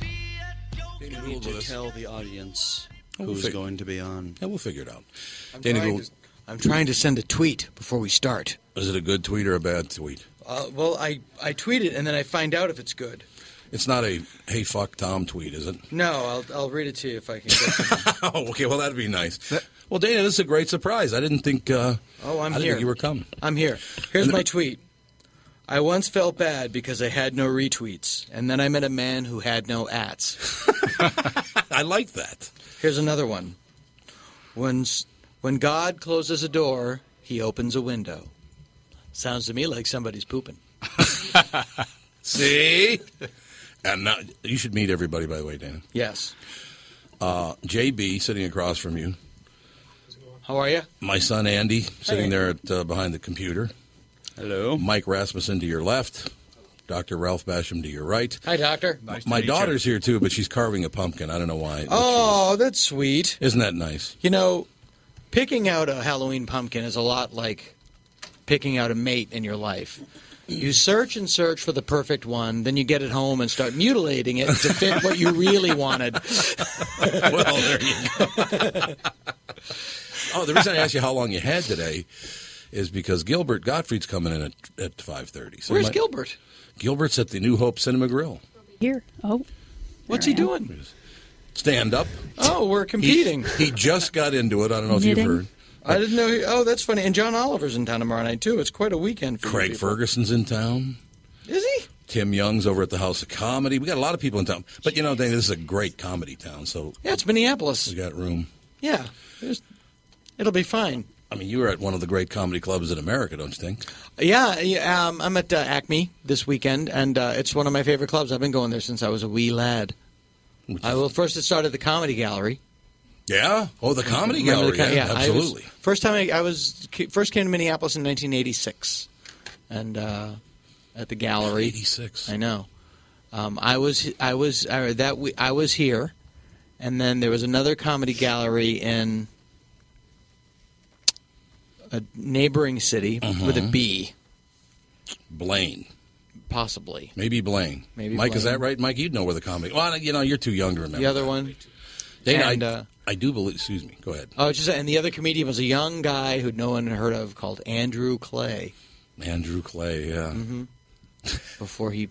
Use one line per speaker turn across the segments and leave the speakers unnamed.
Danny
need
Gould
to
with us.
tell the audience
We'll
who's
fig-
going to be on.
Yeah, we'll figure it out.
I'm
Danny
trying,
Gould,
to, I'm trying to send a tweet before we start.
is it a good tweet or a bad tweet?
Uh, well, I, I tweet it and then I find out if it's good.
It's not a "Hey fuck Tom" tweet, is it?
No, I'll, I'll read it to you if I can get it.
oh, okay. Well, that'd be nice. Well, Dana, this is a great surprise. I didn't think. Uh,
Oh, I'm
I didn't
here.
Think you were coming.
I'm here. Here's my tweet. I once felt bad because I had no retweets, and then I met a man who had no ats.
I like that.
Here's another one. When, s- when God closes a door, he opens a window. Sounds to me like somebody's pooping.
See, and now, you should meet everybody. By the way, Dana,
Yes.
uh, JB sitting across from you,
How are you?
my son Andy sitting there at, uh, behind the computer,
Hello.
Mike Rasmussen to your left, Doctor Ralph Basham to your right.
Hi, doctor.
my daughter's here too, but she's carving a pumpkin. I don't know why.
Oh, that's sweet.
isn't that nice?
You know, picking out a Halloween pumpkin is a lot like picking out a mate in your life. You search and search for the perfect one, then you get it home and start mutilating it to fit what you really wanted.
well, there you go. oh, the reason I asked you how long you had today is because Gilbert Gottfried's coming in at, at 5.30. So
Where's
my-
Gilbert?
Gilbert's at the New Hope Cinema Grill.
Here. Oh.
What's
There
he
I am.
doing?
Stand up.
Oh, we're competing.
He just got into it. I don't know if
Knitting.
you've heard.
I didn't know. He, oh, that's funny. And John Oliver's in town tomorrow night too. It's quite a weekend for you
Craig
people.
Ferguson's in town.
Is he?
Tim Young's over at the House of Comedy. We got a lot of people in town. But you know, Dana, this is a great comedy town, so
Yeah, it's Minneapolis.
we got room.
Yeah, There's- it'll be fine.
I mean, you were at one of the great comedy clubs in America, don't you think?
Yeah, yeah, um, I'm at uh, Acme this weekend, and uh, it's one of my favorite clubs. I've been going there since I was a wee lad.
Which
I well, first it started at the Comedy Gallery.
Yeah. Oh, the comedy
Remember
gallery.
the co-
yeah,
I was-
absolutely.
first time I, I was ca- first came to Minneapolis in 1986, and uh, at the gallery.
86.
I know. Um, I was I was I, that we, I was here, and then there was another comedy gallery in a neighboring city with a
Uh-huh.
B,
Blaine.
possibly.
Maybe Blaine.
Maybe
Mike, is
Blaine.
that right? Mike, you'd know where the comedy. Well, you know, you're too young to remember.
The other one.
Dana,
and,
I,
uh,
I do believe. Excuse me. Go ahead.
Oh, just and the other comedian was a young guy who no one had heard of called Andrew Clay
Andrew Clay. Yeah.
Mm-hmm. before he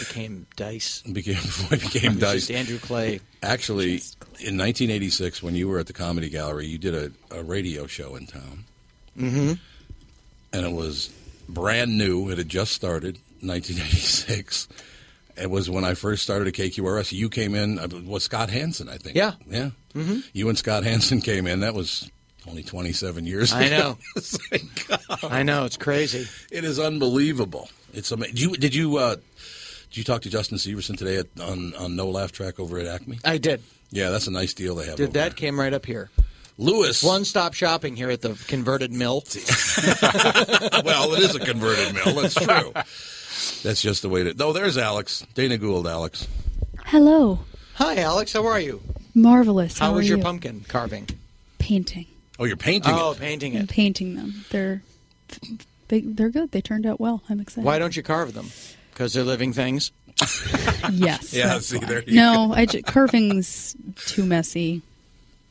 became Dice.
Became before he became
It was just
Dice.
Andrew Clay.
Actually, in 1986, when you were at the Comedy Gallery, you did a, a radio show in town. Mm-hmm. And it was brand new. It had just started, 1986. It was when I first started at KQRS. You came in, uh, was Scott Hansen, I think.
Yeah.
Yeah. Mm-hmm. You and Scott Hansen came in. That was only 27 years
I
ago.
know.
It's like, God,
I know it's crazy.
it is unbelievable. It's amazing. Did you, did you, uh, did you talk to Justin Severson today at, on, on No Laugh Track over at Acme?
I did.
Yeah, that's a nice deal they have.
Did
over
that
there.
came right up here.
Lewis?
One stop shopping here at the converted mill.
well, it is a converted mill. That's true. That's just the way to. No, there's Alex Dana Gould. Alex,
Hello.
Hi, Alex. How are you?
Marvelous. How,
How was
are
your
you?
pumpkin carving?
painting?
oh, you're painting.
Oh,
it.
painting
I'm
it.
painting them. They're they, they're good. They turned out well. I'm excited.
Why don't you carve them? Because they're living things.
Yes.
Yeah,
that's
see,
why.
there you
No, I ju- carving's too messy.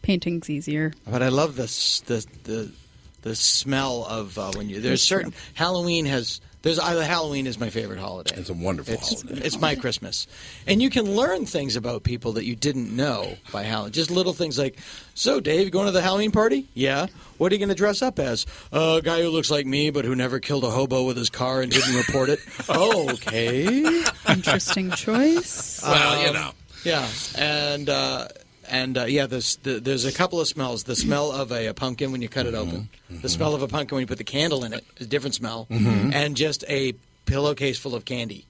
Painting's easier.
But I love this the the the smell of uh, when you there's
It's
certain Halloween has there's I, Halloween is my favorite holiday.
It's a wonderful
It's,
holiday.
it's my Christmas. And you can learn things about people that you didn't know by Halloween. Just little things like, so Dave, you going to the Halloween party? Yeah. What are you going to dress up as? Uh, a guy who looks like me but who never killed a hobo with his car and didn't report it. oh, okay.
Interesting choice.
Well, you know.
Um, Yeah. And, uh, and uh, yeah, there's the, there's a couple of smells. The smell of a, a pumpkin when you cut it
Mm-hmm.
open. The smell of a pumpkin when you put the candle in it is a different smell.
Mm-hmm.
And just a pillowcase full of candy.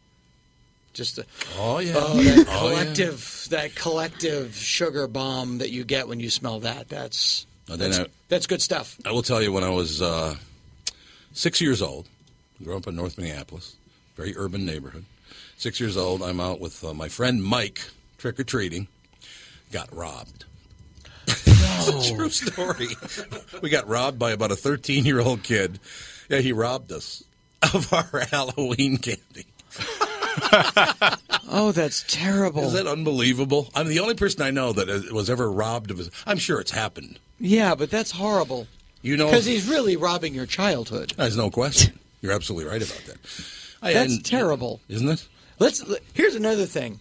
Just a,
Oh yeah.
Oh, that
Oh, yeah.
collective, that collective sugar bomb that you get when you smell that. That's
Now, Oh, then I,
that's good stuff.
I will tell you when I was uh, six years old, grew up in North Minneapolis, very urban neighborhood. Six years old, I'm out with uh, my friend Mike trick or treating. Got robbed. it's a true story. we got robbed by about a 13 year old kid. Yeah, he robbed us of our Halloween candy.
Oh, that's terrible.
Is that unbelievable? I'm the only person I know that uh, was ever robbed of. His, I'm sure it's happened.
yeah, but that's horrible.
You know,
Because he's really robbing your childhood.
There's no question. You're absolutely right about that. I
That's
hadn't-
terrible.
isn't it?
Let's. le- Here's another thing.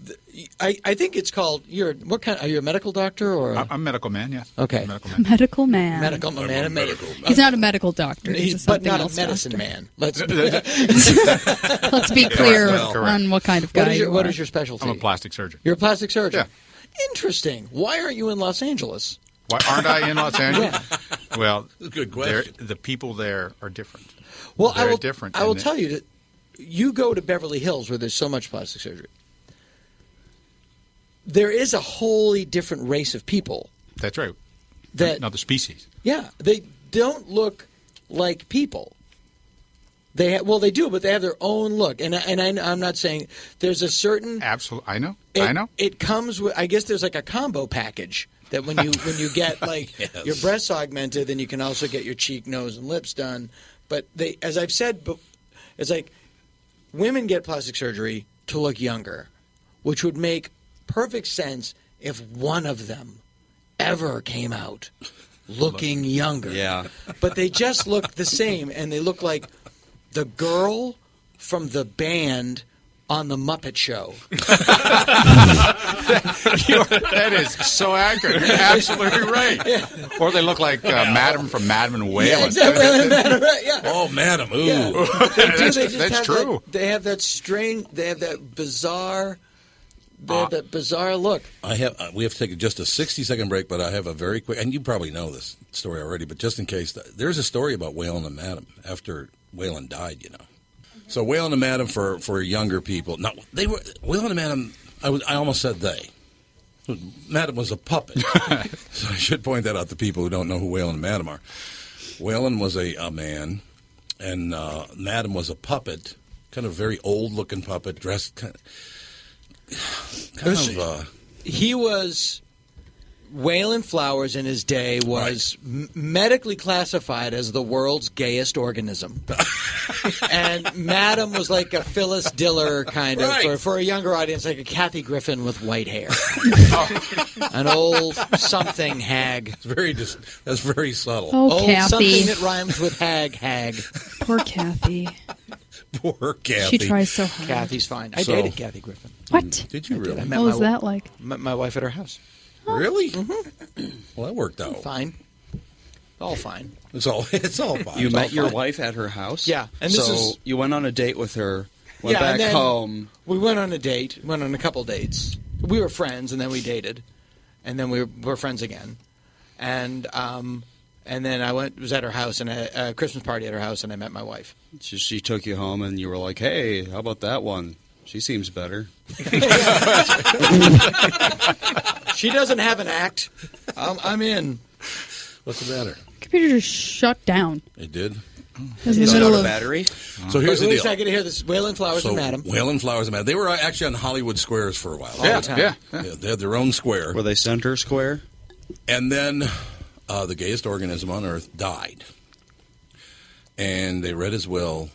The- I, I think it's called. You're what kind? Are you a medical doctor or a
I'm, I'm medical man. Yes.
Okay.
Medical man.
Medical man.
medical man?
a
a med-
medical man.
He's not a medical doctor. He's, a
He's, but
something
not a
else
medicine
doctor.
man. Let's.
Let's be clear
well, correct.
on what kind of guy
What is your
you
What
are.
is your specialty?
I'm a plastic surgeon.
You're a plastic surgeon.
Yeah.
Interesting. Why aren't you in Los Angeles?
Why aren't I in Los Angeles? Well,
Good
they're-
question.
The people there are different.
Well, I
They're
will,
different,
I will
and it-
tell you that you go to Beverly Hills where there's so much plastic surgery. There is a wholly different race of people
That's right.
that
Another species.
yeah, they don't look like people. They ha- well, they do, but they have their own look, and I- and I, I'm not saying there's a certain
Absolutely. I know.
it,
I know.
It comes with. I guess there's like a combo package that when you when you get like your breasts augmented, then you can also get your cheek, nose, and lips done. But they, as I've said, bef- it's like women get plastic surgery to look younger, which would make perfect sense if one of them ever came out looking younger.
Yeah.
But they just look the same, and they look like the girl from the band on the Muppet Show.
that is so accurate. You're absolutely right. Or they look like uh, Madam from Madam and Whalen.
Yeah, exactly. Right, yeah.
Oh, madam. Ooh.
Yeah. They do,
That's-
they just
that's
have
true.
That, they have that strange. They have that bizarre. They
Ah.
have that bizarre look.
I have. uh, We have to take just a sixty-second break, but I have a very quick. And you probably know this story already, but just in case, th- there's a story about Whalen and Madam after Whalen died. You know, so Whalen and Madam for for younger people. No, they were Whalen and Madam. I was. I almost said they. Madam was a puppet, so I should point that out to people who don't know who Whalen and Madam are. Whalen was a, a man, and uh, Madam was a puppet, kind of very old-looking puppet, dressed kind of. Kind of uh,
He was. Waylon Flowers in his day was m- medically classified as the world's gayest organism. and Madam was like a Phyllis Diller kind of,
Right.
for, for a younger audience, like a Kathy Griffin with white hair. An old something hag.
Oh. Very dis- that's very subtle.
Oh,
Old
Kathy.
something that rhymes with hag, hag.
Poor Kathy.
Poor Kathy.
She tries so hard.
Kathy's fine. I
So- Mm,
dated Kathy Griffin.
What?
Did you really?
I met
What was
my,
that like?
Met my wife at her house. Mm-hmm.
Really? Well, that worked out.
Fine. All fine.
It's all it's all fine.
You
It's all
met your
fine.
wife at her house.
Yeah, and
so
this is-
you went on a date with her. Went
and
back
then
home.
We went on a date. Went on a couple dates. We were friends, and then we dated, and then we were, were friends again, and um, and then I went was at her house and a, a Christmas party at her house, and I met my wife.
She, she took you home, and you were like, "Hey, how about that one? She seems better."
She doesn't have an act. I'm, I'm in.
What's the matter?
Computer just shut down.
It did.
It was in the
Is
middle
that a
of.
battery?
So here's the
Wait
deal.
a second to hear this. Waylon Flowers
So
and Madam.
Whalen Flowers and Madam. They were actually on Hollywood Squares for a while.
Yeah.
All the time.
yeah.
Yeah, They had their own square,
Were they center square?
and then uh, the gayest organism on earth died, and they read his will,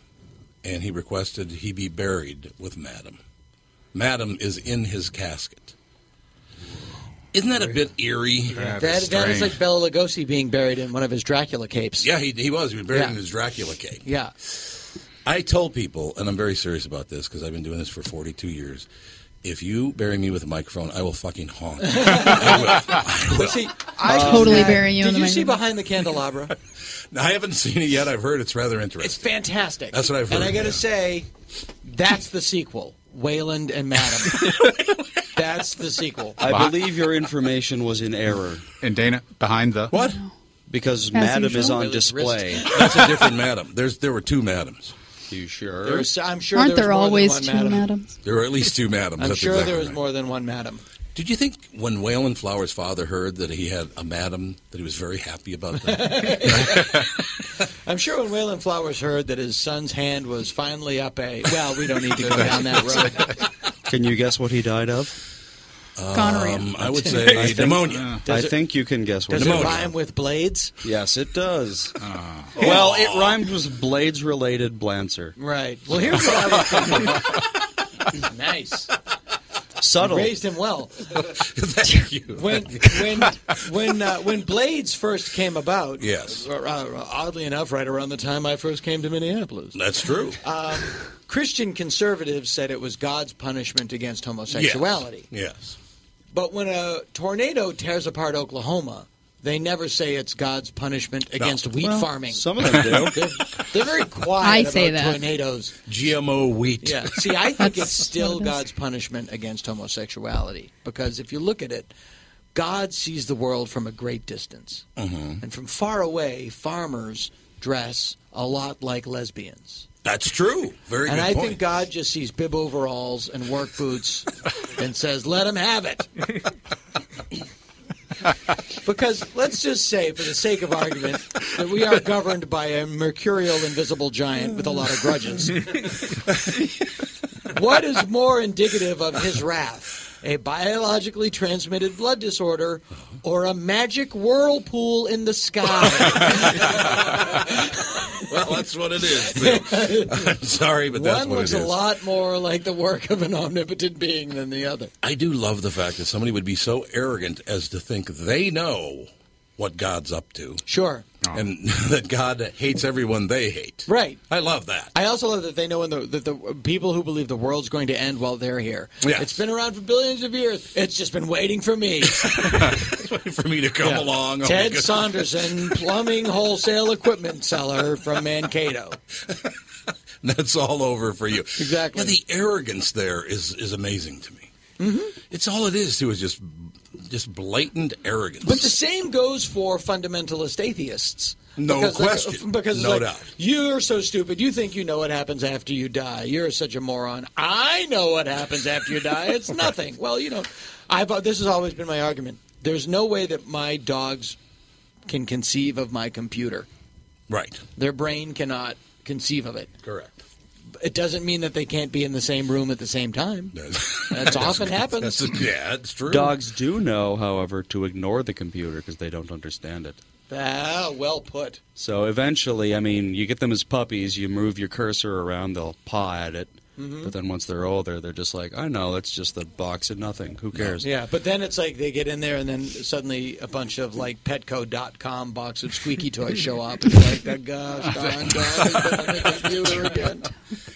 and he requested he be buried with Madam. Madam is in his casket. Isn't that a bit eerie?
That
That,
is
that is
strange.
like Bela Lugosi being buried in one of his Dracula capes.
Yeah, he, he was. He was buried
Yeah.
in his Dracula cape.
Yeah.
I told people, and I'm very serious about this because I've been doing this for 42 years. If you bury me with a microphone, I will fucking honk. I, will. I will.
See, I
Totally
had-
burying you
Did
in the
you see
microphone.
behind the candelabra?
I haven't seen it yet. I've heard it's rather
It's
interesting.
fantastic.
That's what I've
And
heard,
I got to
yeah.
say, that's the sequel. Wayland and Madam. that's the sequel.
I believe your information was in error
And Dana behind the
What?
because Madam is
usual.
on
Really
display.
risky.
That's a different madam. There's there were two madams.
You sure?
There's, I'm sure
Aren't
there, was
there
more than
always
one
two
Madam.
madams?
There were at least two madams.
I'm
That's
sure
exactly
there was
right.
more than one Madam.
Did you think when Waylon Flowers' father heard that he had a madam that he was very happy about that?
I'm sure when Waylon Flowers heard that his son's hand was finally up a well, we don't need to go down that road.
Can you guess what he died of?
Gonorrhea.
um, I would say pneumonia.
I
Uh, Does it-
think you can guess what
Does
he
it Uh,
Pneumonia.
rhyme with blades?
Yes, it does. Well, it rhymes with blades related Blancer.
Right. Well, here's what I was thinking. nice.
Subtle.
Raised him well.
Thank you.
When when when uh, when blades first came about.
Yes.
uh, uh, oddly enough, right around the time I first came to Minneapolis, Um,
That's true.
Christian conservatives said it was God's punishment against
Yes.
homosexuality.
Yes.
But when a tornado tears apart Oklahoma, they never say it's God's punishment against wheat
Well,
farming.
Some of them do.
they're, they're very quiet
I
about
say that.
tornadoes.
GMO wheat.
Yeah. See, I think it's
That's
still
what it is.
God's punishment against homosexuality because if you look at it, God sees the world from a great distance, and from far away, farmers dress a lot like lesbians.
That's true. Very
And
good
I
point.
think God just sees bib overalls and work boots and says, let him have it. because let's just say, for the sake of argument, that we are governed by a mercurial invisible giant with a lot of grudges. what is more indicative of his wrath? A biologically transmitted blood disorder or a magic whirlpool in the sky?
Well, that's what it is. too. I'm sorry, but that's
One
what it
looks
is.
a lot more like the work of an omnipotent being than the other.
I do love the fact that somebody would be so arrogant as to think they know what God's up to
Sure.
and that God hates everyone they hate.
Right.
I love that.
I also love that they know when the, that the people who believe the world's going to end while they're here.
Yes.
It's been around for billions of years. It's just been waiting for me.
For me to come
Yeah.
along. oh my
Ted
goodness.
Saunderson, plumbing wholesale equipment seller from Mankato.
That's all over for you.
Exactly.
Yeah, the arrogance there is, is amazing to me. Mm-hmm. It's all it is, too, is just just blatant arrogance.
But the same goes for fundamentalist atheists.
No
because
question.
Like, because it's
No
like,
doubt.
You're so stupid. You think you know what happens after you die. You're such a moron. I know what happens after you die. It's nothing. Well, you know, I've uh, this has always been my argument. There's no way that my dogs can conceive of my computer.
right.
Their brain cannot conceive of it.
Correct.
It doesn't mean that they can't be in the same room at the same time.
That's,
That's often happens.
that's- yeah, it's true.
Dogs do know, however, to ignore the computer because they don't understand it.
Ah, well put.
So eventually, I mean, you get them as puppies, you move your cursor around, they'll paw at it.
Mm-hmm. Hmm.
But then once they're older, they're just like, I know, it's just a box of nothing. Who cares?
Yeah, but then it's like they get in there, and then suddenly a bunch of like Petco.com box of squeaky toys show up. And you're like, oh, gosh, darn, darn, on the computer again.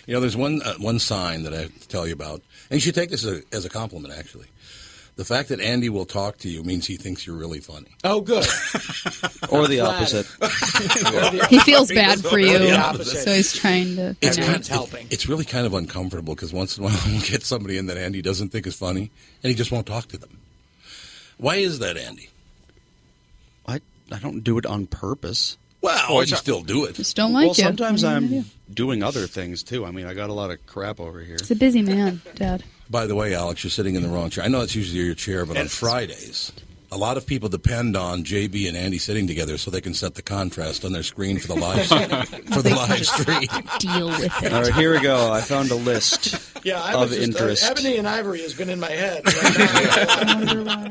You know, there's one uh, one sign that I have to tell you about, and you should take this as a, as a compliment. Actually, the fact that Andy will talk to you means he thinks you're really funny.
Oh, good.
Or the
Flat.
opposite.
He feels bad for you,
The
opposite.
so he's trying to.
It's
Yeah.
kind-
of-
helping.
It's really kind of uncomfortable because once in a while we'll get somebody in that Andy doesn't think is funny, and he just won't talk to them. Why is that, Andy?
I, I don't do it on purpose.
Well,
Well,
you
it's-
still do it.
just don't like
well,
you.
sometimes
What are you gonna
I'm
do?
doing other things too. I mean, I got a lot of crap over here.
It's a busy man, Dad.
By the way, Alex, you're sitting in the wrong chair. I know that's usually your chair, but on Fridays, a lot of people depend on JB and Andy sitting together so they can set the contrast on their screen for the live for the live stream.
Deal with it.
All right, here we go. I found a list
Yeah, I was
of
just, uh,
interest.
Ebony and Ivory has been in my head.
I wonder why.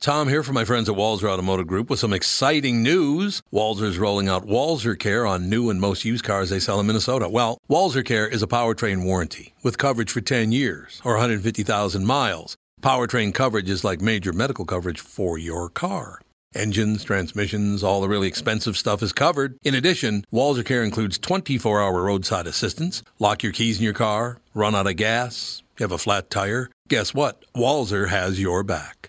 Tom here from my friends at Walzer Automotive Group with some exciting news. Walzer's rolling out Walzer Care on new and most used cars they sell in Minnesota. Well, Walzer Care is a powertrain warranty with coverage for 10 years or 150,000 miles. Powertrain coverage is like major medical coverage for your car. Engines, transmissions, all the really expensive stuff is covered. In addition, Walzer Care includes 24 hour roadside assistance. Lock your keys in your car, run out of gas, have a flat tire. Guess what? Walzer has your back.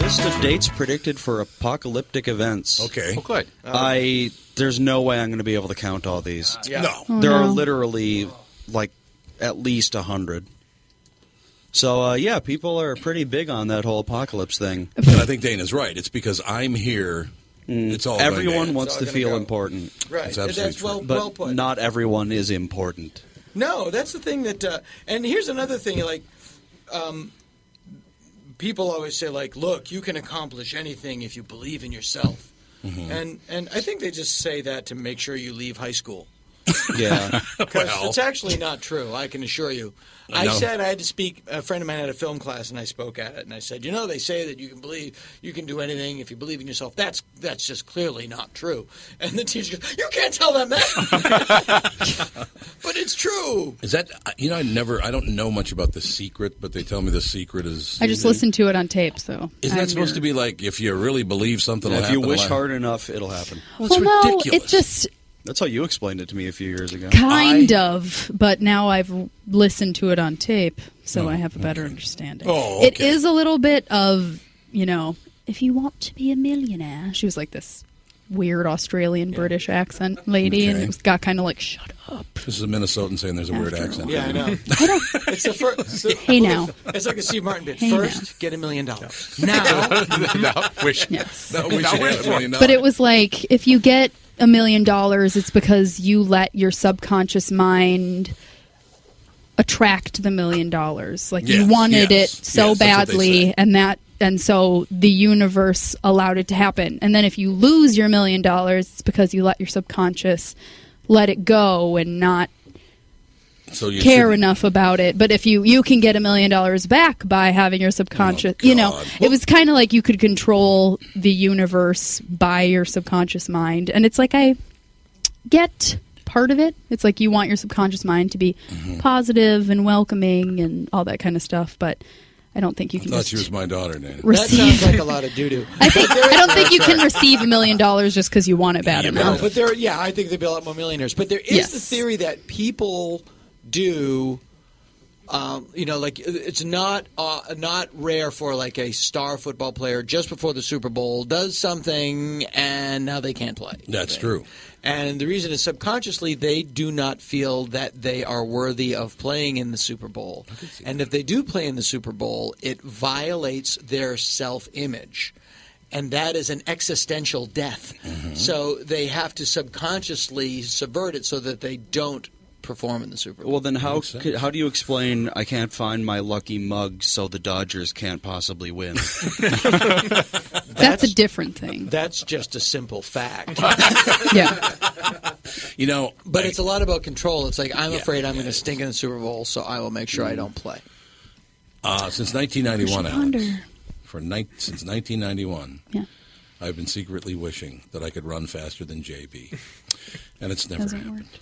List of dates predicted for apocalyptic events.
Okay.
Oh, good.
I there's no way I'm going to be able to count all these.
No.
Oh,
there are
no.
literally like at least a hundred. So uh, yeah, people are pretty big on that whole apocalypse thing.
But I think Dana's right. It's because I'm here. It's all about
Mm. Everyone
Dana.
wants
all
to
gonna
feel
go.
important,
Right.
That's absolutely
That's well,
true.
but
well put.
not everyone is important.
No, that's the thing that, uh, and here's another thing. Like, um, people always say, like, look, you can accomplish anything if you believe in yourself,
Mm-hmm.
Mm-hmm.
and and I think they just say that to make sure you leave high school.
Yeah,
Because
Well.
it's actually not true, I can assure you. I
No.
said I had to speak. A friend of mine had a film class, and I spoke at it. And I said, you know, they say that you can believe you can do anything if you believe in yourself. That's that's just clearly not true. And the teacher goes, you can't tell them that. but it's true.
Is that you know? I never. I don't know much about the secret, but they tell me the secret is.
I just listened to it on tape, so.
Isn't that
I'm
supposed to be like if you really believe something? will
if you
happen,
wish
like-
hard enough, it'll happen.
Well, it's
Well, no,
ridiculous.
it just
That's how you explained it to me a few years ago.
kind
I-
of, but now I've listened to it on tape, so I have a better understanding.
Oh,
It
okay.
is a little bit of, you know, if you want to be a millionaire. She was like this weird Australian British accent lady, and
Okay.
it was, got kind of like, shut up.
This is a Minnesotan saying there's a weird
After
accent.
all.
Yeah, I know. it's the first.
Hey, now.
It's like a Steve Martin bit.
Hey, now.
first, get a million dollars. Now,
no, wish.
Yes.
No, we
No,
should
wait
have
for
money
it.
now.
But it was like if you get a million dollars, it's because you let your subconscious mind attract the million dollars. Like
Yes,
you wanted
yes,
it so
yes, that's what they say.
badly, and that and so the universe allowed it to happen. And then if you lose your million dollars, it's because you let your subconscious let it go and not
so you
care
shouldn't-
enough about it. But if you you can get a million dollars back by having your subconscious,
Oh,
you know,
God.
it was kind of like you could control the universe by your subconscious mind, and it's like I get part of it. It's like you want your subconscious mind to be
Mm-hmm.
positive and welcoming and all that kind of stuff, but I don't think you
I
can
thought
just
she was my daughter, Nana.
that
receive.
sounds like a lot of doo doo.
I think I don't think you can receive a million dollars just because you want it bad
You
enough.
know.
But there, yeah, I think there'd be a lot more millionaires. But there is
Yes.
the theory that people do, um, you know, like it's not uh, not rare for like a star football player just before the Super Bowl does something and now they can't play.
That's true.
And the reason is subconsciously they do not feel that they are worthy of playing in the Super Bowl. And if they do play in the Super Bowl, it violates their self image. And that is an existential
Mm-hmm.
death. So they have to subconsciously subvert it so that they don't perform in the Super Bowl.
Well, then how
Makes sense.
could, how do you explain I can't find my lucky mug, so the Dodgers can't possibly win?
That's a different thing.
That's just a simple fact.
yeah.
You know,
But
I-
it's a lot about control. It's like I'm
Yeah,
afraid I'm going to stink in the Super Bowl, so I will make sure I don't play.
uh, since 1991,
I should
Alex,
wonder.
for ni- since 1991,
Yeah.
I've been secretly wishing that I could run faster than JB, and it's never
Hasn't
happened.
worked.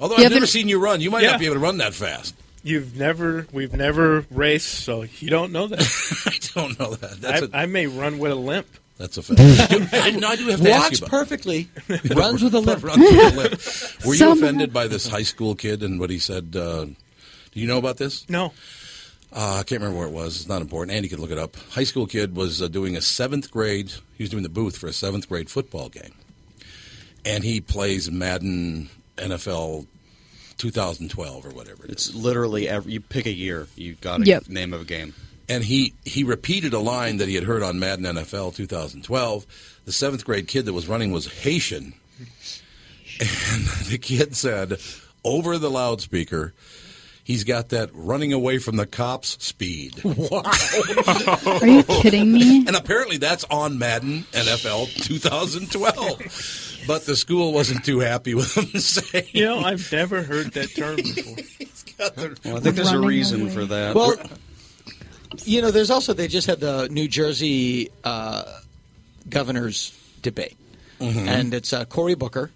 Although
You
I've never
haven't-
seen you run, you might
Yeah.
not be able to run that fast.
You've never, we've never raced, so you don't know that.
I don't know that.
I
That's a
I may run with a limp.
that's a fact. I, do- no, I do have to ask you
Walks
about.
perfectly, runs with a limp.
Run through the lip. Were you
Somehow.
offended by this high school kid and what he said? Uh, do you know about this?
No.
Uh, I can't remember where it was. It's not important. Andy could look it up. High school kid was uh, doing a seventh grade. He was doing the booth for a seventh grade football game, and he plays Madden NFL 2012 or whatever. It is.
It's literally every, you pick a year, you got a
Yep.
name of a game.
And he he repeated a line that he had heard on Madden NFL 2012. The seventh grade kid that was running was Haitian, and the kid said over the loudspeaker. He's got that running away from the cops speed.
Are you kidding me?
And apparently that's on Madden NFL 2012. But the school wasn't too happy with him saying
You know, I've never heard that term before.
he's got the.
Well, I think there's a
Running
reason
away.
for that.
Well, you know, there's also they just had the New Jersey uh, governor's debate, and it's uh, Cory Booker,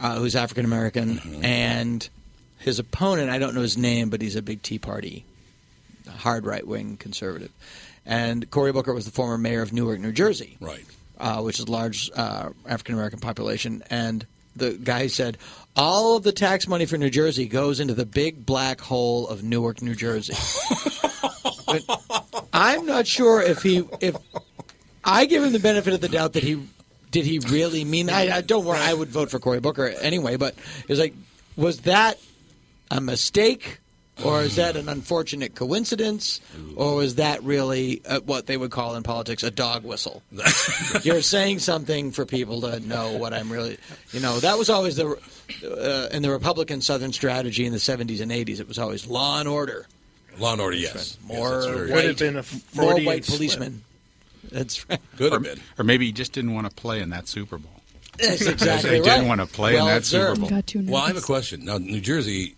uh, who's African American, and his opponent. I don't know his name, but he's a big Tea Party, hard right wing conservative, and Cory Booker was the former mayor of Newark, New Jersey,
Right.
uh, which is a large uh, African American population. And the guy said, all of the tax money for New Jersey goes into the big black hole of Newark, New Jersey. But I'm not sure if he if I give him the benefit of the doubt that he did he really mean I, I don't worry I would vote for Cory Booker anyway but it was like was that a mistake or is that an unfortunate coincidence or was that really uh, what they would call in politics a dog whistle you're saying something for people to know what I'm really, you know, that was always the, uh, in the Republican Southern strategy in the 70s and 80s, it was always law and order.
Law and order, yes.
More
yes, that's very-
Could
white,
have been a
more
Freudian
white
slip.
policemen. That's right.
Could have been.
Or maybe he just didn't want to play in that Super Bowl.
That's exactly
They
right.
didn't want to play in
Well
that Super
observed.
Bowl.
Got too nervous.
Well, I have a question. Now, New Jersey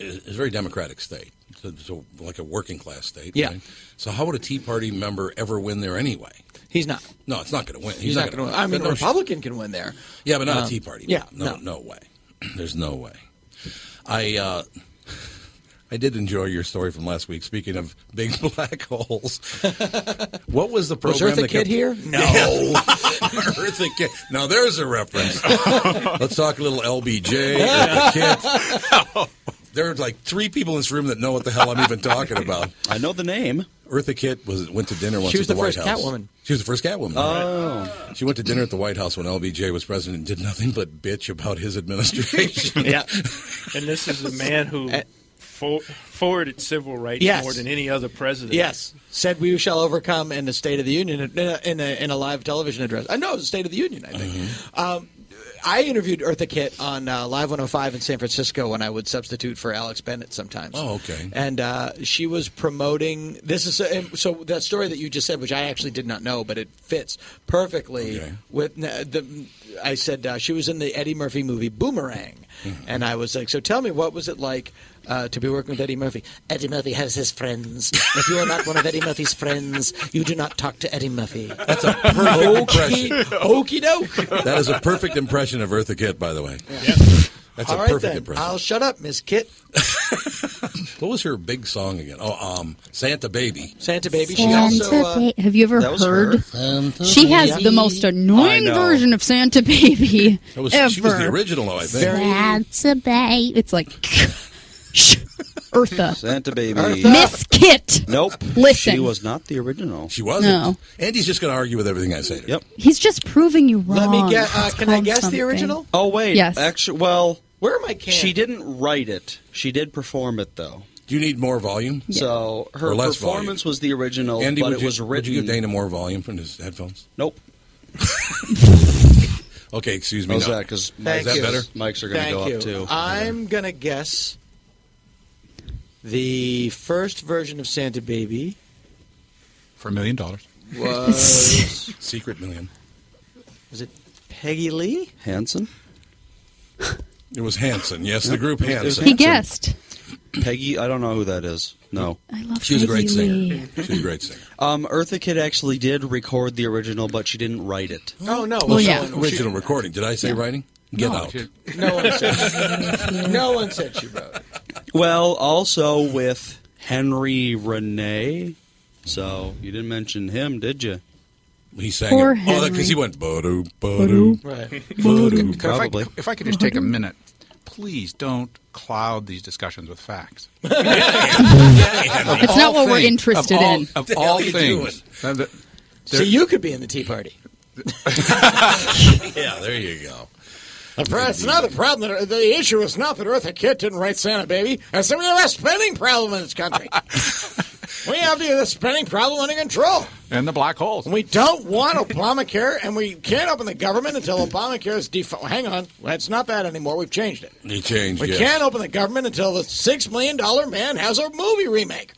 is is a very democratic state. So, so like a working class state.
Yeah.
right? So how would a Tea Party member ever win there anyway?
He's not.
No, it's not going to win.
He's, not, going to. I mean, a
No,
Republican can win there.
Yeah, but not
Um,
a Tea Party.
yeah,
no,
no.
no, way. There's no way. I uh, I did enjoy your story from last week. Speaking of big black holes, what was the
Was Eartha
program? that
Kitt
kept-
here?
No, Eartha Kitt. Now there's a reference. Let's talk a little LBJ. Eartha Kitt. There are like three people in this room that know what the hell I'm even talking about.
I know the name.
Eartha Kitt was went to dinner once.
She was
at
the
the, White
first
House.
Catwoman.
She was the first Catwoman. Oh, she went to dinner at the White House when LBJ was president and did nothing but bitch about his administration.
Yeah. And this is the man who for, forwarded civil rights
Uh, Yes.
more than any other president.
Yes, said we shall overcome in the State of the Union in a, in a, in a live television address. I know it was the State of the Union. I think.
Mm-hmm.
Um, I interviewed Eartha Kitt on uh, Live 105 in San Francisco when I would substitute for Alex Bennett sometimes.
Oh, okay.
And uh, she was promoting this is and so that story that you just said, which I actually did not know, but it fits perfectly
Okay.
with n- the. I said uh, she was in the Eddie Murphy movie Boomerang,
Mm-hmm.
and I was like, "So tell me, what was it like uh, to be working with Eddie Murphy?" Eddie Murphy has his friends. if you are not one of Eddie Murphy's friends, you do not talk to Eddie Murphy.
That's a perfect
Okey,
impression.
okey doke.
That is a perfect impression of Eartha Kitt, by the way. That's
All
a
right
perfect
then,
impression.
I'll shut up, Miss Kit.
What was her big song again? Oh, um, Santa Baby.
Santa baby. She
Santa
also. Uh,
Ba- have you ever
That was
heard?
her.
She has the most annoying
I know.
version of Santa Baby
That was,
ever.
She was the original, though, I think.
Very-
Santa Baby. It's like shh, Eartha,
Santa Baby.
Eartha.
Miss Kit.
Nope.
Listen.
She was not the original.
she wasn't.
No.
Andy's just going to argue with everything I say. to her.
Yep.
He's just proving you wrong.
let me get. Uh,
That's
can I
called
guess
something.
the original?
Oh wait.
Yes.
Actually, well,
Where are my cans?
she didn't write it. She did perform it though.
Do you need more volume?
So her
Or less
performance
volume.
was the original,
Andy,
but
would
it
you,
was
would
written.
you give Dana more volume from his headphones?
Nope.
Okay, excuse me.
How's
no.
that? Because
Is that better?
mics are going to
Thank
go
you.
up too.
I'm going to guess the first version of Santa Baby
for a million dollars.
was
Secret million.
was it Peggy Lee?
Hanson,
It was Hanson. Yes, the group Hanson.
He guessed.
Peggy. I don't know who that is. No.
I love
She was a great
Peggy
singer.
Lee.
She was a great singer.
Um, Eartha Kitt actually did record the original, but she didn't write it.
Oh no!
Well, yeah.
someone-
Original recording. Did I say writing? Get out.
No one said. no one said she wrote. it.
Well, also with Henry Renee. So you didn't mention him, did you?
He sang
Poor
it. Oh, that
Henry.
because he went. "Ba-do, ba-do,
Right.
ba-do."
If I,
Probably.
if I could just take a minute, please don't cloud these discussions with facts.
It's not what we're interested
of all,
in.
Of
The hell
all
you
things. Uh, the-
So you could be in the Tea Party.
Yeah, there you go.
It's not the problem. That, the issue is not that Eartha Kitt didn't write Santa Baby. It's that we have a spending problem in this country. we have the spending problem under control.
And the black holes.
We don't want Obamacare, and we can't open the government until Obamacare is default. Hang on, it's not that anymore. We've changed it.
He changed.
We
yes.
can't open the government until the six million dollar man has a movie remake.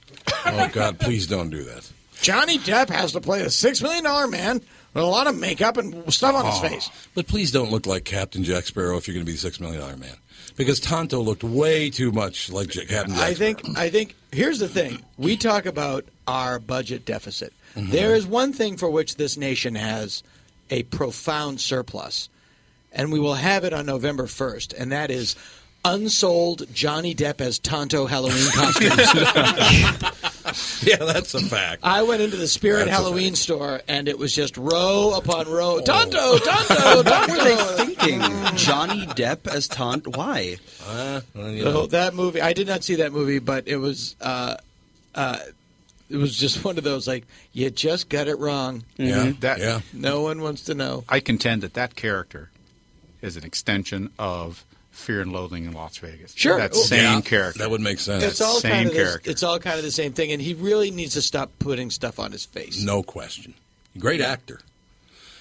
Oh God, please don't do that.
Johnny Depp has to play the six million dollar man with a lot of makeup and stuff
Oh.
on his face.
But please don't look like Captain Jack Sparrow if you're going to be the Six Million Dollar Man, because Tonto looked way too much like Jack, Captain Jack.
I think. I think. Here's the thing: we talk about our budget deficit. There is one thing for which this nation has a profound surplus, and we will have it on November first, and that is unsold Johnny Depp as Tonto Halloween costumes.
Sparrow. Yeah, that's a fact.
I went into the Spirit
That's a
Halloween
fact.
store, and it was just row upon row. Tonto, Tonto,
Oh. What were they
Tonto.
thinking? Johnny Depp as Taunt? Why?
Uh, well, you
So
know,
that movie, I did not see that movie, but it was, uh, uh, it was just one of those like you just got it wrong.
yeah,
Mm-hmm.
That-
Mm-hmm. yeah.
No one wants to know.
I contend that that character is an extension of Fear and Loathing in Las Vegas.
Sure.
That
Oh,
same
Yeah,
character.
That would make sense.
It's all
Same
kind of this,
character.
it's all kind of the same thing, and he really needs to stop putting stuff on his face.
no question. Great actor.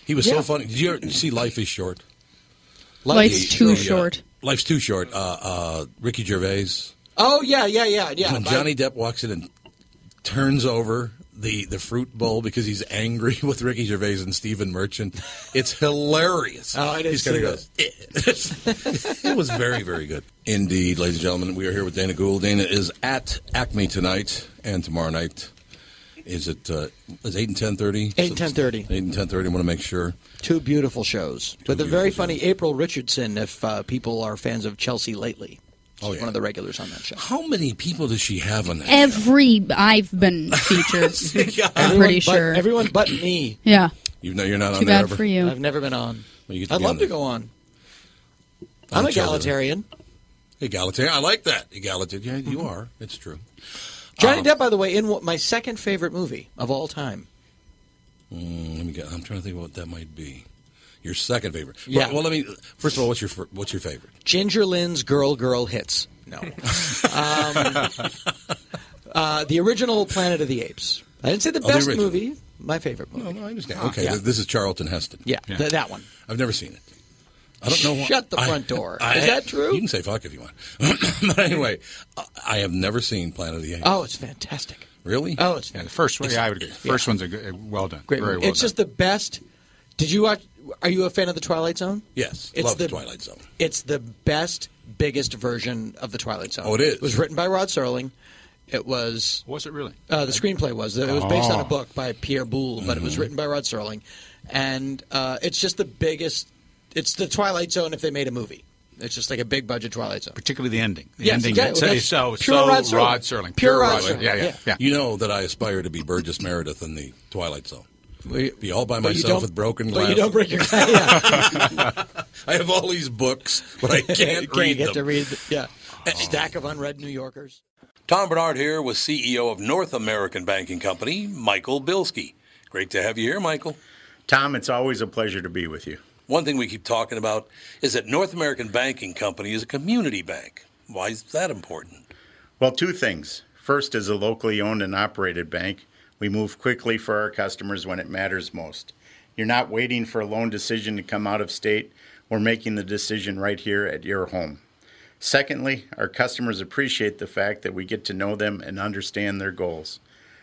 He was
Yeah.
so funny. Did you ever see Life is Short?
Life's
He-
too
the, uh,
short.
Life's too short. Uh, uh, Ricky Gervais.
Oh yeah, yeah, yeah, yeah.
when Johnny Depp walks in and turns over the, the fruit bowl because he's angry with Ricky Gervais and Stephen Merchant, it's hilarious.
Oh, I didn't
He's kinda
see
goes, "Eh." it was very, very good. Indeed, ladies and gentlemen, we are here with Dana Gould. Dana is at Acme tonight and tomorrow night. Is it uh, is eight and ten thirty?
8 and 10:30.
Eight and ten thirty. I want to make sure.
two beautiful shows, but they're
beautiful
very funny. April Richardson, if uh, people are fans of Chelsea lately, she's
Oh, yeah.
one of the regulars on that show.
How many people does she have on that?
Every I've been featured. I'm
Everyone
pretty
but-
sure.
everyone but me.
Yeah.
you know, you're not
Too
on there
bad
ever.
for you.
I've never been on.
Well, you get to
I'd
be
love
on
to
the-
go on.
on
I'm
the show, Oh. then.
egalitarian.
Egalitarian. I like that. Egalitarian. Yeah,
Mm-hmm.
you are. It's true.
Johnny Depp, by the way, in what, my second favorite movie of all time.
Mm, let me get, I'm trying to think of what that might be. Your second favorite. Well,
Yeah.
Well, let me. First of all, what's your fir- what's your favorite?
Ginger Lynn's Girl Girl Hits. No. um, uh, the original Planet of the Apes. I didn't say the
Oh, the
best
original.
movie. My favorite movie. Ah,
Oh, no, I understand. okay,
yeah.
th- this is Charlton Heston.
Yeah, th- that one.
I've never seen it. I don't know. Why.
Shut the
I-
front door.
I-
Is that true?
You can say fuck if you want. but anyway, I- I have never seen Planet of the Apes.
Oh, it's fantastic.
really?
Oh, it's
Yeah, the
fantastic.
first one, yeah, I would agree. First one's a good, well done.
Great
Very
movie.
well
it's
done.
just the best. Did you watch? Are you a fan of The Twilight Zone?
yes.
It's
love
the-
the Twilight Zone.
It's the best, biggest version of The Twilight Zone.
Oh, it is.
It was written by Rod Serling. It was
Was it really?
Uh, the screenplay was. It was based on a
Oh.
book by Pierre Boulle, but
Mm-hmm.
it was written by Rod Serling, and uh, it's just the biggest. It's the Twilight Zone if they made a movie. It's just like a big budget Twilight Zone.
Particularly the ending. The
Yes,
ending
exactly.
that's-
That's
so,
pure
so
Rod Serling.
Rod Serling.
Pure Rod Serling.
Yeah, yeah,
Yeah.
yeah.
You know that I aspire to be Burgess Meredith in the Twilight Zone.
We-
Be all by
but you
myself
don't-
with broken
But
glass.
you don't break your glass. Yeah,
I have all these books, but I can't,
you can't
read
get
them. Oh.
to read. The, yeah, stack of unread New Yorkers.
Tom Bernard here with CEO of North American Banking Company, Michael Bilski. Great to have you here, Michael.
Tom, it's always a pleasure to be with you.
One thing we keep talking about is that North American Banking Company is a community bank. Why is that important?
Well, two things. First, as a locally owned and operated bank, we move quickly for our customers when it matters most. You're not waiting for a loan decision to come out of state. We're making the decision right here at your home. Secondly, our customers appreciate the fact that we get to know them and understand their goals.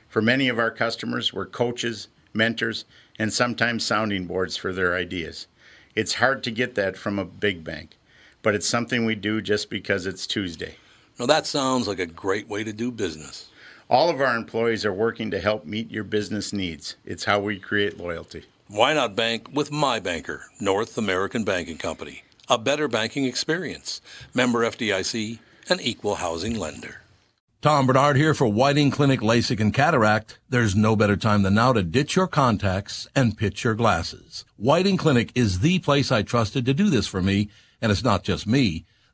For many of our customers, we're coaches, mentors, and sometimes sounding boards for their ideas. It's hard to get that from a big bank, but it's something we do just because it's Tuesday.
Now, that sounds like a great way to do business.
All of our employees are working to help meet your business needs. It's how we create loyalty.
Why not bank with my banker, North American Banking Company? A better banking experience. Member FDIC, an equal housing lender. Tom Bernard here for Whiting Clinic LASIK and Cataract. There's no better time than now to ditch your contacts and pitch your glasses. Whiting Clinic is the place I trusted to do this for me, and it's not just me.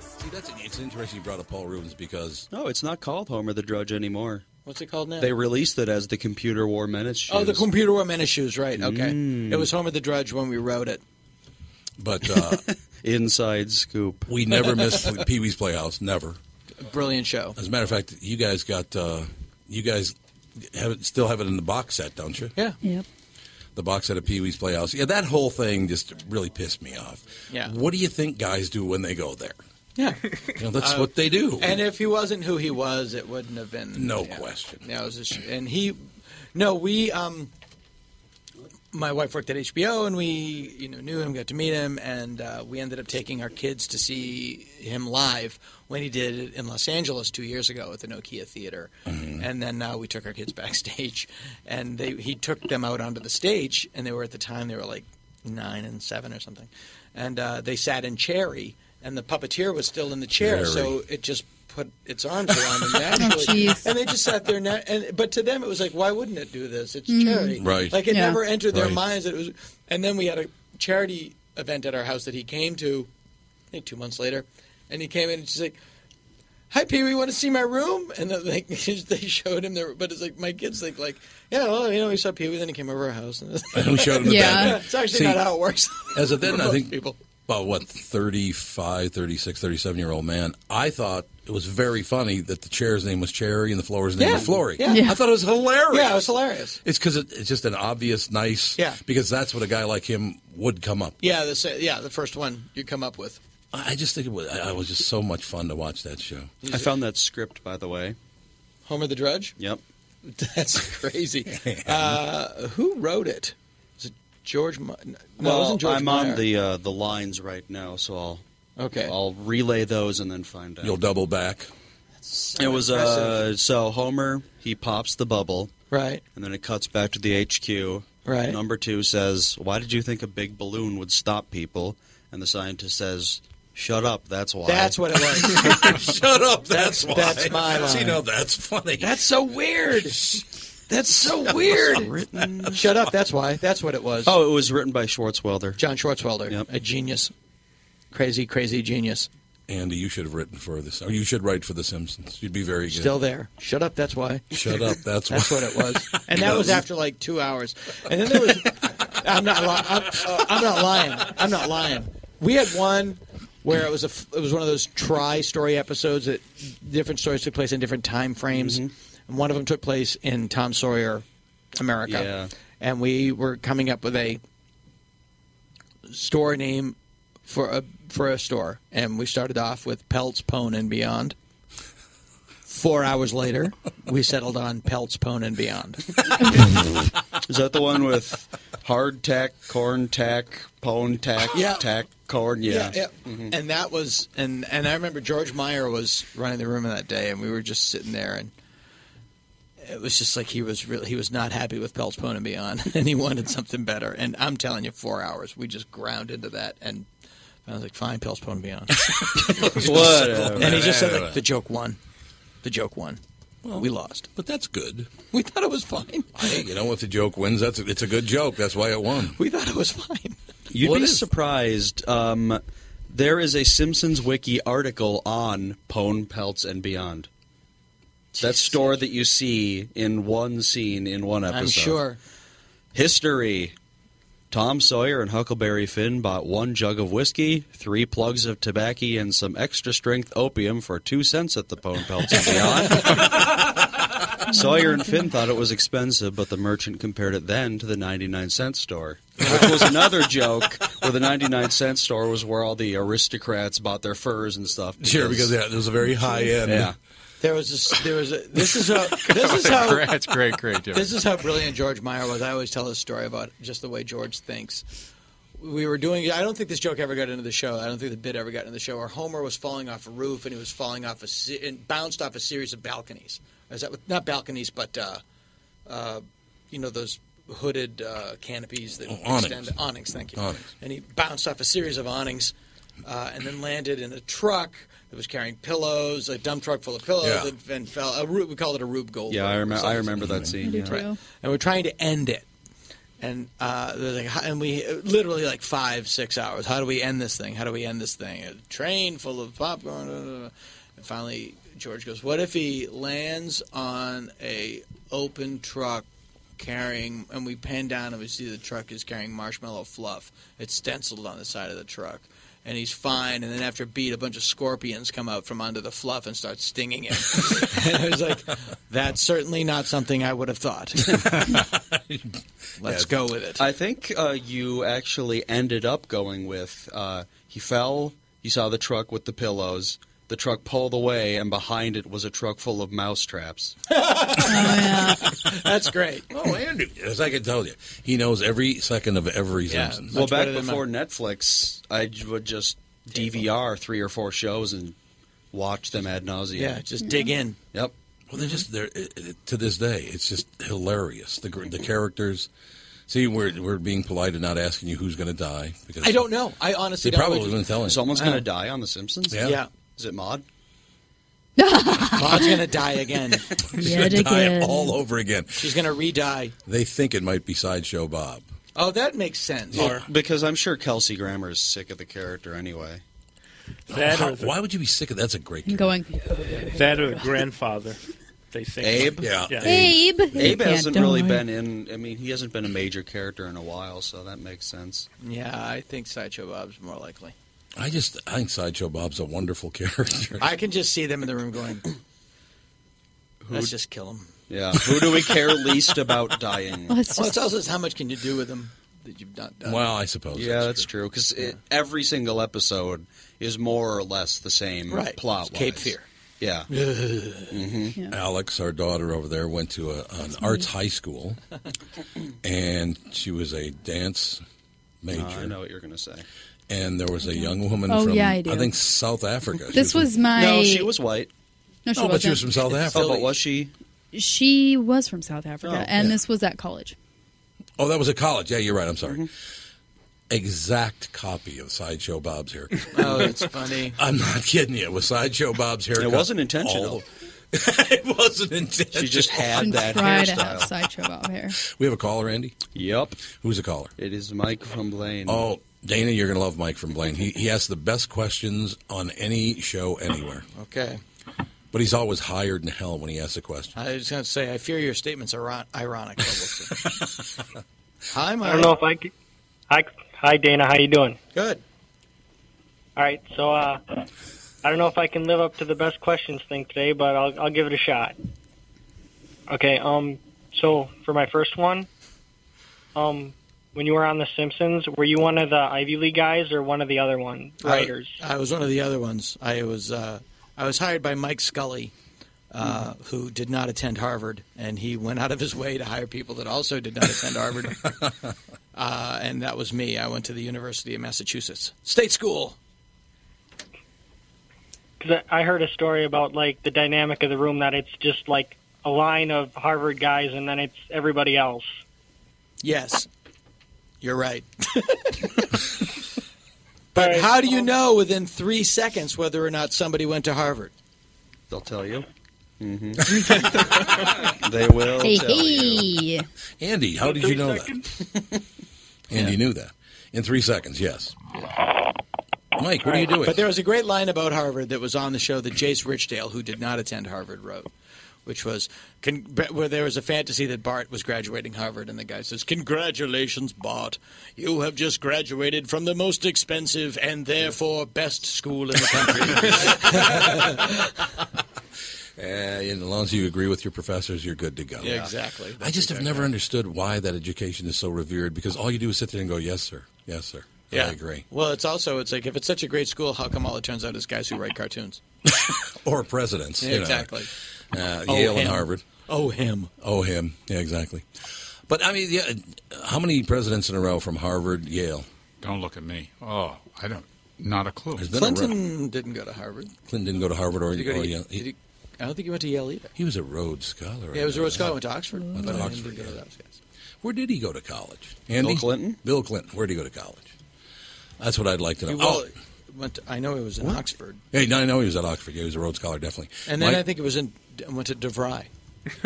See, that's, it's interesting you brought up Paul Rubens because
No, it's not called Homer the Drudge anymore.
What's it called now?
They released it as the computer wore menace shoes.
oh, the computer wore menace shoes. Right. Okay.
Mm.
It was Homer the Drudge when we wrote it.
but uh,
inside scoop.
we never missed Pee Wee's Playhouse, never.
Brilliant show.
As a matter of fact, you guys got uh, you guys have it, still have it in the box set, don't you?
Yeah.
Yep.
The box set of Pee Wee's Playhouse. Yeah, that whole thing just really pissed me off.
Yeah.
What do you think guys do when they go there?
Yeah.
You know, that's what they do.
and if he wasn't who he was, it wouldn't have been.
No
yeah.
question.
Yeah, it was a sh- and he, no, we, um, my wife worked at HBO, and we, you know, knew him, got to meet him, and uh, we ended up taking our kids to see him live when he did it in Los Angeles two years ago at the Nokia Theater,
Mm-hmm.
and then uh, we took our kids backstage, and they he took them out onto the stage, and they were at the time they were like nine and seven or something, and uh, they sat in Cherry, and the puppeteer was still in the chair, so it just. Put its arms around him naturally,
Oh, jeez.
and they just sat there. Na- and but to them, it was like, why wouldn't it do this? It's Cherry,
Right.
Like it
Mm-hmm. Yeah.
never entered their
Right.
minds that it was. And then we had a charity event at our house that he came to, I think two months later, and he came in and she's like, "Hi, Pee Wee, want to see my room?" And then, like they showed him there, but it's like my kids think like, "Yeah, well, you know, we saw Pee Wee, then he came over our house." And
Who showed him the
Yeah.
bed?
it's actually
See,
not how it works.
As of then, I
Most
think
people.
about what 35, 36, 37 year old man. I thought it was very funny that the chair's name was Cherry and the floor's name
Yeah,
was Flory.
yeah. Yeah.
I thought it was hilarious.
yeah, it was hilarious.
It's because it, it's just an obvious, nice.
Yeah.
Because that's what a guy like him would come up.
Yeah, the sa- yeah, the first one you come up with.
I I just think it was, I I was just so much fun to watch that show.
I found that script, by the way.
Homer the Drudge.
Yep.
That's crazy. uh, who wrote it? Was it George? Ma- no, it
well,
wasn't George.
I'm
Meyer.
on the uh, the lines right now, so I'll
Okay.
I'll relay those and then find out.
You'll double back.
it was uh, so Homer he pops the bubble.
right.
And then it cuts back to the HQ.
Right.
Number two says, Why did you think a big balloon would stop people? And the scientist says, Shut up, that's why.
That's what it was.
Shut up. That's, why.
that's my line.
See, no, that's funny.
That's so weird. That's so weird. Shut up. That's why. That's what it was.
Oh, it was written by Schwartzwelder.
John Schwartzwelder,
Yep.
a genius, crazy, crazy genius.
Andy, you should have written for this. Or you should write for The Simpsons. You'd be very good.
Still there. Shut up. That's why.
Shut up. That's,
That's what it was. And that was after like two hours. And then there was. I'm not. Li- I'm, uh, I'm not lying. I'm not lying. We had one where it was a. f- It was one of those tri-story episodes that different stories took place in different time frames,
Mm-hmm.
and one of them took place in Tom Sawyer, America.
Yeah.
And we were coming up with a store name for a for a store, and we started off with Pelts, Pone, and Beyond. Four hours later, we settled on Pelts, Pone, and Beyond.
Is that the one with hard tack, corn tack, pone tack,
Yeah.
tack, corn? Yeah.
And that was and and I remember George Meyer was running the room that day, and we were just sitting there, and it was just like he was really he was not happy with Pelts Pone and Beyond, and he wanted something better. And I'm telling you, four hours we just ground into that, and I was like, fine, Pelts Pone and Beyond,
Whatever.
and he just said like, the joke won, the joke won, we lost.
But that's good.
We thought it was fine.
Hey, you know, if the joke wins, that's it's a good joke. That's why it won.
We thought it was fine.
You'd
Well,
be
it is-
surprised. Um, there is a Simpsons Wiki article on Pone Pelts and Beyond. That store that you see in one scene in one episode.
I'm sure.
History. Tom Sawyer and Huckleberry Finn bought one jug of whiskey, three plugs of tobacco, and some extra strength opium for two cents at the Pone Pelts and Beyond. Sawyer and Finn thought it was expensive, but the merchant compared it then to the 99 cent store, which was another joke where the 99 cent store was where all the aristocrats bought their furs and stuff.
Sure, because yeah, there's a very high end.
Yeah.
There was this. There was a. This is how. This is how.
That's great, great, Jim.
This is how brilliant George Meyer was. I always tell this story about just the way George thinks. We were doing. I don't think this joke ever got into the show. I don't think the bit ever got into the show. Where Homer was falling off a roof and he was falling off a se- and bounced off a series of balconies. Is that what- not balconies, but uh, uh, you know those hooded uh, canopies that
Oh, awnings.
extend awnings. Thank you.
Awnings.
And he bounced off a series of awnings. Uh, and then landed in a truck that was carrying pillows, a dump truck full of pillows,
Yeah.
and, and fell. A, Rube- we called it a Rube Gold.
Yeah, I, remember. I remember that
I
scene.
do
yeah.
too.
And we're trying to end it. And uh, they're like, "How-" and we literally like five, six hours. How do we end this thing? How do we end this thing? A train full of popcorn. da, da, da. And finally, George goes, "What if he lands on a open truck carrying?" And we pan down and we see the truck is carrying marshmallow fluff. It's stenciled on the side of the truck. And he's fine. And then after a beat, a bunch of scorpions come out from under the fluff and start stinging him. and I was like, "That's certainly not something I would have thought." Let's go with it.
I think uh, you actually ended up going with uh, he fell. You saw the truck with the pillows. The truck pulled away, and behind it was a truck full of mouse traps.
That's great.
Oh, Andrew, as I can tell you, he knows every second of every
Yeah.
Simpsons.
well,
Much
back
better than
before Netflix, I j- would just DVR three or four shows and watch them ad nauseum.
Yeah, just dig in.
Yep.
Well, they're just they're it, it- to this day. It's just hilarious. The gr- the characters. See, we're we're being polite and not asking you who's going to die because
I don't know. I honestly
They
don't. Ah.
probably wouldn't tell you.
Someone's gonna die on The Simpsons.
Yeah.
Yeah,
Is it Maud?
Maud's gonna die again.
She's
Yet
gonna die
again.
all over again.
She's gonna re-die.
They think it might be sideshow Bob.
Oh, that makes sense.
Or- because I'm sure Kelsey Grammer is sick of the character anyway.
That
How-
or, the,
why would you be sick of that's a great
I'm going,
that or the grandfather. They think.
Abe?
Yeah.
Yeah.
Abe.
Abe
Yeah,
hasn't
don't
really
worry.
been in. I mean, he hasn't been a major character in a while, so that makes sense.
Yeah, I think Sideshow Bob's more likely.
I just I think sideshow Bob's a wonderful character.
I can just see them in the room going, "Let's just kill him."
Yeah. Who do we care least about dying?
Well, it's
Well, it
just-
tells us how much can you do with them that you've not done.
well, I suppose.
yeah, that's true. Because every single episode is more or less the same
right.
plot.
It's Cape Fear.
Yeah.
Mm-hmm. Alex, our daughter over there, went to a, an arts high school, and she was a dance major.
Uh, I know what you're going to say.
And there was a young woman
Oh,
from
yeah, I do.
think South Africa. She
this was my.
No, she was white.
No, she
No, but she was
wasn't.
from South
Oh,
Africa.
but was she?
She was from South Africa,
Oh,
and this was at college.
Oh, that was a college. Yeah, you're right. I'm sorry. Exact copy of Sideshow Bob's haircut.
Oh, that's funny.
I'm not kidding you. It was Sideshow Bob's haircut.
wasn't intentional.
All- it wasn't intentional.
She just had
Didn't
that
try to have
hairstyle.
sideshow bob hair.
We have a caller, Andy.
Yep.
Who's a caller?
It is Mike from Blaine.
Oh, Dana, you're going to love Mike from Blaine. He, he asks the best questions on any show anywhere,
Okay,
but he's always higher than hell when he asks a question.
I was gonna say, I fear your statements are ron- ironic. but we'll see. Hi, Mike.
I don't know if I could. Hi, hi Dana. How you doing?
Good.
All right. So uh, I don't know if I can live up to the best questions thing today, but I'll I'll give it a shot. Okay. Um. So for my first one, um, when you were on The Simpsons? Were you one of the Ivy League guys or one of the other one writers?
I, I was one of the other ones. I was uh, I was hired by Mike Scully, uh, who did not attend Harvard, and he went out of his way to hire people that also did not attend Harvard. uh, and that was me. I went to the University of Massachusetts State School.
Because I I heard a story about like the dynamic of the room that it's just like a line of Harvard guys and then it's everybody else.
Yes, you're right. but how do you know within three seconds whether or not somebody went to Harvard?
They'll tell you. Mm-hmm. they will.
Hey,
Oh,
tell you.
hey.
Andy, how did you know that? Andy knew that. In three seconds, yes. Mike, what are you doing?
But there was a great line about Harvard that was on the show that Jace Richdale, who did not attend Harvard, wrote, which was con- where there was a fantasy that Bart was graduating Harvard, and the guy says, "Congratulations, Bart! You have just graduated from the most expensive and therefore best school in the country."
Uh, and as long as you agree with your professors, you're good to go.
Yeah, exactly.
I just have never understood why that education is so revered because all you do is sit there and go, yes, sir. Yes, sir. I agree.
Well, it's also it's like if it's such a great school, how come all it turns out is guys who write cartoons?
Or presidents.
Yeah,
you know.
exactly.
Uh,
Oh,
Yale
him.
and Harvard.
Oh, him.
Oh, him. Yeah, exactly. But I mean, yeah, how many presidents in a row from Harvard, Yale?
Don't look at me. Oh, I don't. Not a clue.
There's been a row.
Clinton didn't go to Harvard.
Clinton didn't go to Harvard or,
Did he go to-
or Yale.
did he- I don't think he went to Yale either.
He was a Rhodes Scholar.
Yeah, it was a Rhodes Scholar. Went to Oxford.
Went
but
to
I didn't
Oxford.
go to
yeah.
that.
Where did he go to college? Andy?
Bill Clinton?
Bill Clinton. Where did he go to college? That's what I'd like to know.
He
oh,
wa- went to- I know it was in Oxford,
hey, no, I know he was at Oxford. Yeah, he was a Rhodes Scholar, definitely.
and then
Mike-
I think it was in went to DeVry.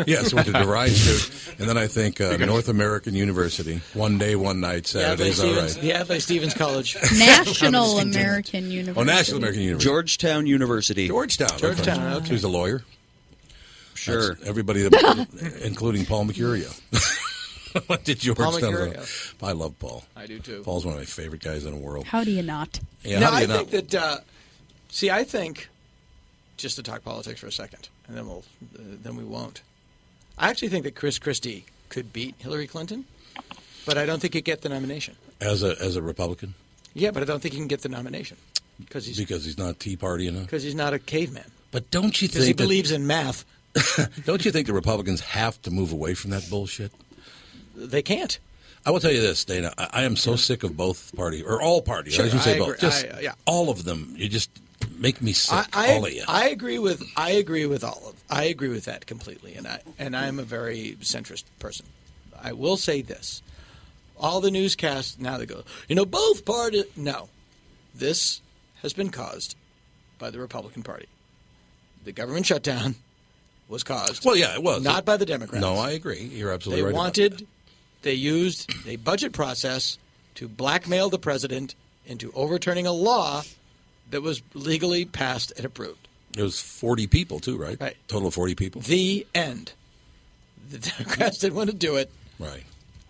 Yes, went to DeVry Institute, and then I think uh, North American University. One day, one night,
The Adlai
Saturdays. all
Stevens,
right.
the Adlai Stevens College,
National American University.
Oh, National American University.
Georgetown University.
Georgetown. of course.
Georgetown, okay.
He was a lawyer.
Sure.
That's everybody, that, including Paul Mercurio. What did Georgetown?
Mercurio.
I love Paul.
I do too.
Paul's one of my favorite guys in the world.
How do you not?
Yeah,
no,
how do
I
you not-
think that. Uh, see, I think just to talk politics for a second, and then we'll uh, then we won't. I actually think that Chris Christie could beat Hillary Clinton, but I don't think he'd get the nomination.
as a as a Republican
Yeah, but I don't think he can get the nomination because he's
because he's not Tea Party enough.
because he's not a caveman
But don't you
because
think
he
that-
believes in math.
don't you think the Republicans have to move away from that bullshit?
They can't.
I will tell you this, Dana. I, I am so sick of both parties or all parties.
Sure,
I should say
I
both.
agree.
Just
I, uh, yeah.
all of them. You just make me sick.
I, I,
all of you.
I agree with I agree with all of I agree with that completely, and I and I'm a very centrist person. I will say this: all the newscasts now they go, you know, both parties. No, this has been caused by the Republican Party. The government shutdown was caused.
well, yeah, it was
not by the Democrats.
No, I agree. You're absolutely
They
right. about that.
wanted, they used a budget process to blackmail the president into overturning a law that was legally passed and approved.
It was 40 people too, right?
Right.
Total of 40 people.
The end. The Democrats didn't want to do it.
right.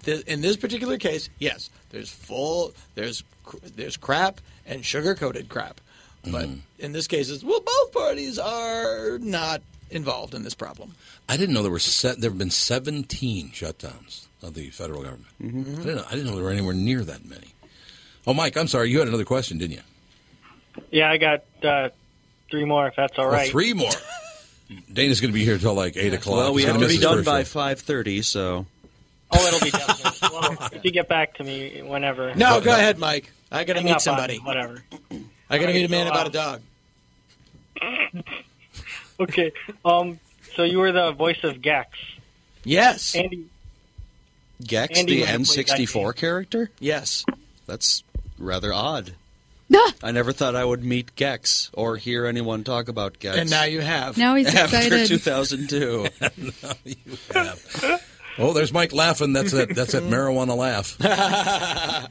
Th- In this particular case, yes, there's full, there's cr- there's crap and sugar-coated crap. But
Mm-hmm.
in this case, it's, well, both parties are not involved in this problem.
I didn't know there were se- there have been 17 shutdowns of the federal government.
Mm-hmm.
I didn't know, I didn't know there were anywhere near that many. Oh, Mike, I'm sorry. You had another question, didn't you?
Yeah, I got uh, three more if that's all
Well,
right.
three more. Dana's going to be here until like eight o'clock.
Well, we
He's
have
gonna
to be
miss his
done
first
by
one.
five thirty, so
Oh, it'll be definitely. well, if you get back to me whenever.
No, go ahead, Mike. I gotta
Hang up on
meet
it,
somebody.
Whatever.
I gotta meet a man
so,
about
uh,
a dog.
Okay. Um. So you were the voice of Gex,
Yes,
Andy.
Gex,
Andy
the
would have
N sixty four
played
character.
yes.
That's rather odd.
Ah,
I never thought I would meet Gex or hear anyone talk about Gex.
And now you have.
now he's
after two
excited.
thousand two.
Oh, there's Mike laughing. That's that. That's that marijuana laugh.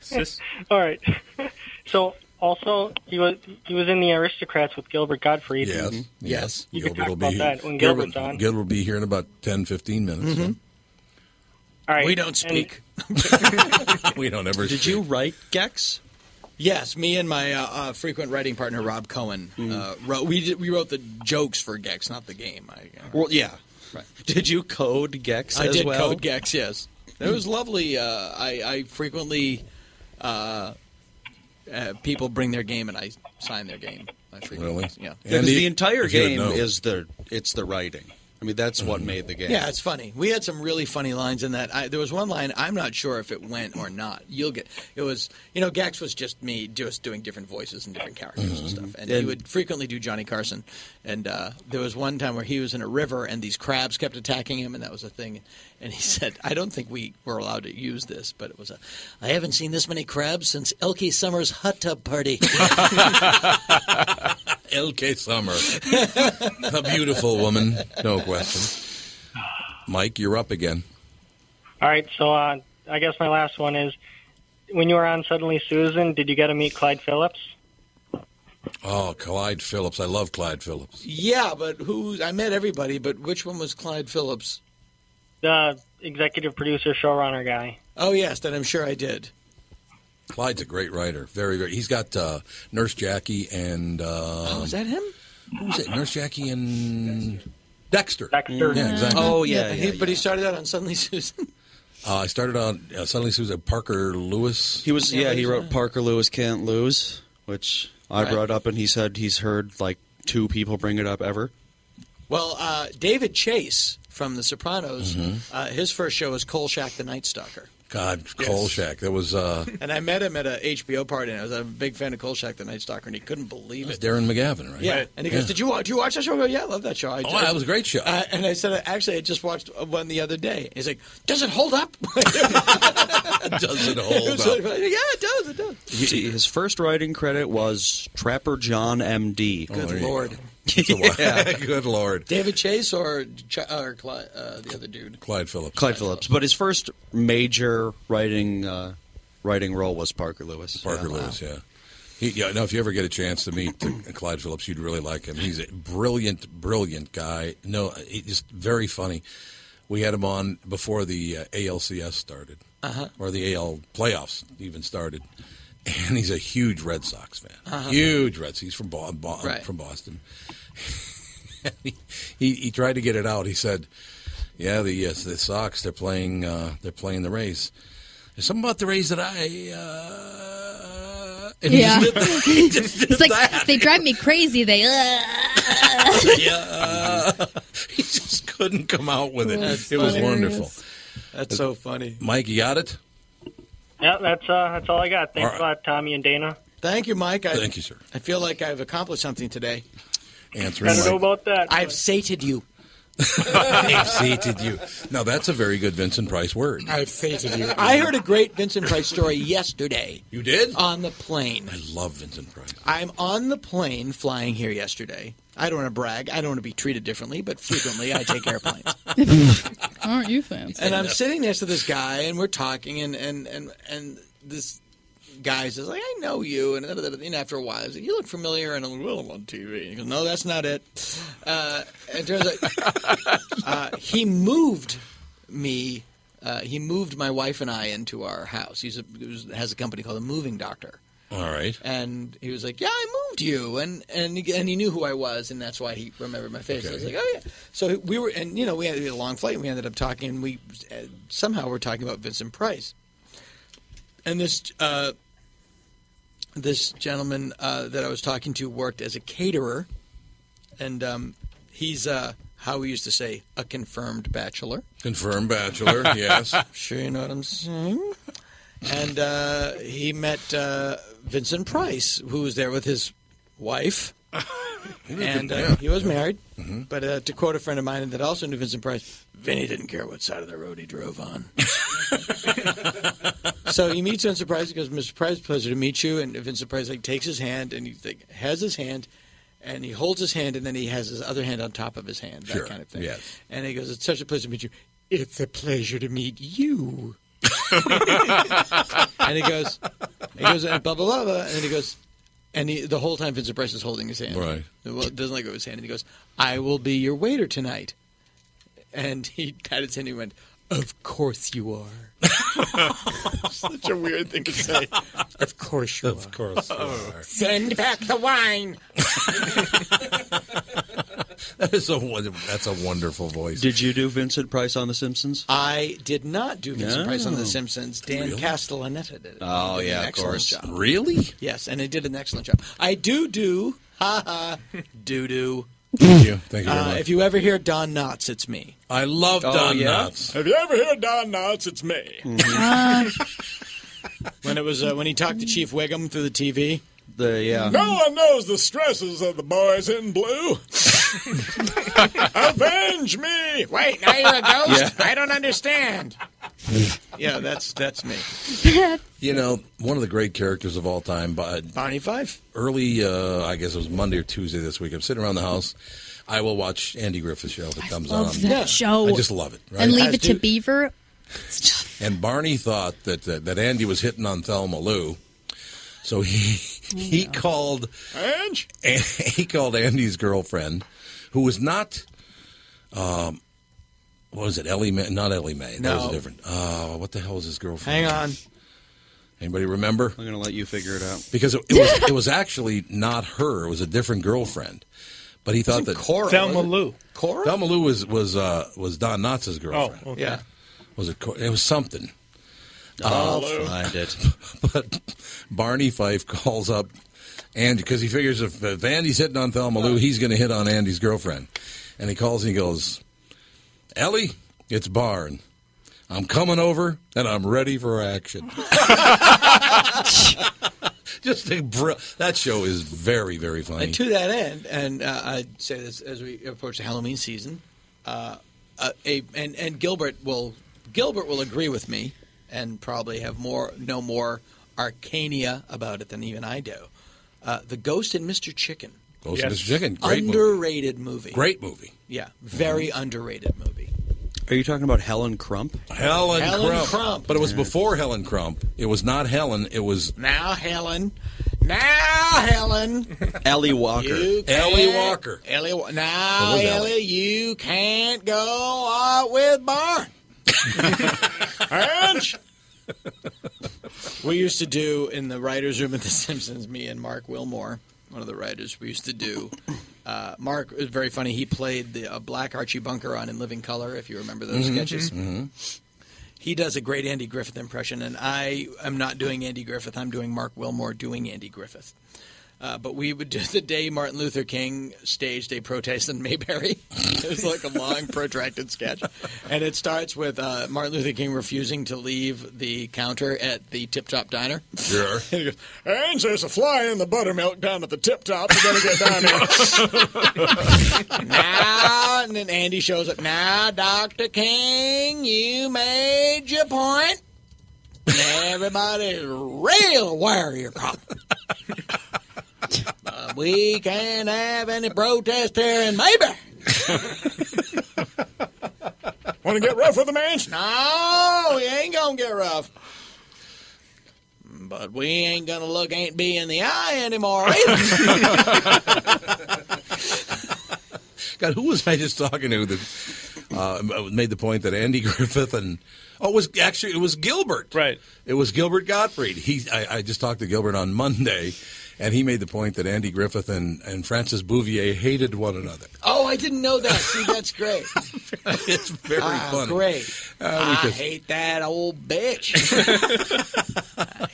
Sis-
All right. so also he was he was in the Aristocrats with Gilbert Gottfried.
Yes.
Mm-hmm. Yes.
You can talk about that when Gilbert's on. Mm-hmm.
Gilbert will be here in about 10, 15 minutes.
All right.
We don't
and-
speak.
we don't ever.
Did
speak.
you write Gex?
Yes, me and my uh, uh, frequent writing partner Rob Cohen
Hmm.
uh, wrote. We did, we wrote the jokes for Gex, not the game. I, uh,
Well, yeah. Did you code Gex
I
as
did
well? Hmm.
code Gex. Yes. That was lovely. Uh, I, I frequently uh, uh, people bring their game and I sign their game. I frequently,
Really?
Yeah.
Because the entire
if you
game
know. Mm-hmm.
is the it's the writing. I mean, that's what made the game.
Yeah, it's funny. We had some really funny lines in that. I, there was one line I'm not sure if it went or not. You'll get it was you know Gax was just me just doing different voices and different characters and stuff, and, he
And-
would frequently do Johnny Carson. And uh, there was one time where he was in a river and these crabs kept attacking him, and that was a thing. And he said, "I don't think we were allowed to use this, but it was a I haven't seen this many crabs since Elkie Summer's hot tub party."
LK Summer. a beautiful woman, no question. Mike, you're up again.
All right, so uh, I guess my last one is when you were on Suddenly Susan, did you get to meet Clyde Phillips?
Oh, Clyde Phillips. I love Clyde Phillips.
yeah, but who? I met everybody, but which one was Clyde Phillips?
The executive producer, showrunner guy.
Oh yes, then I'm sure I did.
Clyde's a great writer. Very, very. He's got uh, Nurse Jackie and. Uh,
Oh, is that him?
Who was it?
Uh-huh.
Nurse Jackie and. Dexter.
Dexter.
Yeah, exactly.
but, Oh, he, but he started out on Suddenly Susan.
Uh, I started on uh, Suddenly Susan Parker Lewis.
He was yeah. He wrote Parker Lewis can't lose, which I
uh, Right.
brought up, and he said he's heard like two people bring it up ever.
Well, uh, David Chase from The Sopranos,
Mm-hmm.
uh, his first show was Cole Shack the Night Stalker.
God, Kolchak. That was uh,
And I met him at a HBO party, and I was a big fan of Cole Shack the Night Stalker, and he couldn't believe it.
Darren McGavin, right?
Yeah, and he goes, "Did you watch? Did you watch that show?" I go, "Yeah, I love that show." I,
Oh, that was a great show.
Uh, and I said, "Actually, I just watched one the other day." He's like, "Does it hold up?"
does it
hold
So,
up?
yeah, it does. It does.
See, his first writing credit was Trapper John M.D.
Good
Oh,
lord.
yeah.
Good lord.
David Chase or Ch- or Cly- uh, the other dude?
Clyde Phillips.
Clyde Phillips. But his first major writing uh, writing role was Parker Lewis.
Parker Lewis, yeah. He, yeah, no, if you ever get a chance to meet Clyde Phillips, you'd really like him. He's a brilliant, brilliant guy. No, he's just very funny. We had him on before the uh, ALCS started,
Uh-huh.
or the AL playoffs even started. And he's a huge Red Sox fan.
Uh-huh.
Huge Red Sox. He's from, Bo- Bo-
Right.
from Boston. he, he, he tried to get it out. He said, "Yeah, the yes, the Sox. They're playing. Uh, they're playing the Rays. There's something about the Rays that I." Uh, and he
yeah.
just did that. He just did
it's like
that.
they drive me crazy. They. Uh,
yeah. he just couldn't come out with it.
That's
it was
hilarious.
wonderful.
That's so funny.
Mike, you got it.
Yeah, that's uh, that's all I got. Thanks a
All
lot, Tommy and Dana.
Thank you, Mike. I,
Thank you, sir.
I feel like I've accomplished something today.
Answering. Mike.
about that.
I've sated you.
I've sated you. Now that's a very good Vincent Price word.
I've sated you. I heard a great Vincent Price story yesterday.
You did?
On the plane.
I love Vincent Price.
I'm on the plane flying here yesterday. I don't want to brag. I don't want to be treated differently, but frequently I take airplanes.
Aren't you fancy?
and I'm sitting next to this guy, and we're talking, and and and and this guy says, like, "I know you," and, then after a while, he's like, "You look familiar," and I'm like, "Well, I'm on TV." And he goes, "No, that's not it." Uh, and it turns out uh, he moved me. Uh, he moved my wife and I into our house. He's a, he was, has a company called the Moving Doctor.
All right.
And he was like, "Yeah, I moved you," and and he- and he knew who I was, and that's why he remembered my face. I was
Okay.
like, "Oh yeah." So we were, and you know, we had a long flight, and we ended up talking, and we uh, somehow we're talking about Vincent Price, and this uh, this gentleman uh, that I was talking to worked as a caterer, and um, he's uh, how we used to say a confirmed bachelor.
Confirmed bachelor. yes.
Sure, you know what I'm saying. And uh, he met uh, Vincent Price, who was there with his wife. and uh,
yeah.
he was married.
Mhm.
But uh, to quote a friend of mine that also knew Vincent Price, Vinny didn't care what side of the road he drove on. so he meets Vincent Price. He goes, "Mr. Price, pleasure to meet you." And Vincent Price like takes his hand and he like, has his hand, and he holds his hand, and then he has his other hand on top of his hand, that
Sure,
kind of thing.
yes.
And he goes, "It's such a pleasure to meet you." It's a pleasure to meet you. and he goes, he goes, and blah blah blah, blah and then he goes, and he, the whole time Vincent Price is holding his hand.
Right.
Well, it doesn't let go of his hand, and he goes, "I will be your waiter tonight." And he patted his hand and he went, "Of course you are." Such a weird thing to say. Of course you
Of
are. Oh.
course you are.
Send back the wine.
that is a wonder- that's a wonderful voice.
Did you do Vincent Price on The Simpsons?
I did not do Vincent Price on The Simpsons. Dan
Oh. Really?
Castellaneta did it.
Oh,
He did
yeah,
an
of
excellent
course.
job.
Really?
Yes, and it did an excellent job. I do do, ha ha, do do.
Thank you. Thank you very
Uh,
much.
if you ever hear Don Knotts, it's me.
I love
Oh,
Don
yeah?
Knotts.
Have you ever heard Don Knotts? It's me.
Mm-hmm.
when it was uh, when he talked to Chief Wiggum through the TV.
The yeah.
No one knows the stresses of the boys in blue. Avenge me!
Wait, now you're a ghost?
Yeah.
I don't understand.
Yeah, that's that's me.
You know, one of the great characters of all time, but
Bonnie Fife.
Early, uh, I guess it was Monday or Tuesday this week. I'm sitting around the house. I will watch Andy Griffith show if it comes
Love
on.
that show.
I just love it. Right?
And leave it to Beaver.
And Barney thought that, uh, that that Andy was hitting on Thelma Lou, so he he called
Ange?
and he called Andy's girlfriend, who was not, um, what was it? Ellie May? Not Ellie May. That was
No.
different. Uh, what the hell was his girlfriend?
Hang on.
Anybody remember?
I'm going to let you figure it out.
Because it, it was it was actually not her. It was a different girlfriend. But he thought that
Cora, Thelma wasn't it? Lou.
Cora. Thelma Lou was was uh, was Don Knotts' girlfriend.
okay. Yeah.
Was it? Cora? It was something.
I'll
Uh,
find it.
but Barney Fife calls up Andy because he figures if, if Andy's hitting on Thelma Lou, he's going to hit on Andy's girlfriend. And he calls and he goes, Ellie, it's Barn. I'm coming over and I'm ready for action. Just a br- that show is very very funny.
And to that end, and uh, I'd say this as we approach the Halloween season, uh, uh, a, and and Gilbert will Gilbert will agree with me, and probably have more no more arcania about it than even I do. Uh, the Ghost and Mr. Chicken.
Ghost and Yes. Mr. Chicken, great movie.
underrated movie.
Great movie. Mm-hmm.
Yeah, very underrated movie.
Are you talking about Helen Crump?
Helen,
Helen
Crump.
Crump.
But it was before Helen Crump. It was not Helen. It was
Now Helen, now Helen,
Ellie Walker.
You
Ellie
can't-
Walker.
Ellie, Wa- now
What was
Ellie,
Ellie?
you can't go out with Barn. Ange? we used to do in the writers' room at The Simpsons. Me and Mark Wilmore, one of the writers, we used to do. Uh, Mark it was very funny. He played the uh, Black Archie Bunker on In Living Color, if you remember those
Mm-hmm.
Mhm,
sketches.
mhm.
He does a great Andy Griffith impression, and I am not doing Andy Griffith. I'm doing Mark Wilmore doing Andy Griffith. Uh, but we would do the day Martin Luther King staged a protest in Mayberry. it was like a long, protracted sketch. And it starts with uh, Martin Luther King refusing to leave the counter at the Tip Top Diner.
Sure.
Ange, there's a fly in the buttermilk down at the tip top. You better get down
now, and then Andy shows up. Now, Dr. King, you made your point. Everybody's real aware of your problem. Uh, we can't have any protest here in Mayberry.
Want to get rough with the man?
No, we ain't gonna get rough. But we ain't gonna look Aunt B in the eye anymore either.
God, who was I just talking to that uh, made the point that Andy Griffith and oh, it was actually it was Gilbert, right? It was Gilbert Gottfried. He, I, I just talked to Gilbert on Monday, and he made the point that Andy Griffith and and Francis Bouvier hated one another.
oh, I didn't know that. See, that's great.
it's very
ah,
funny.
Great.
Uh,
I
we just-
hate that old bitch.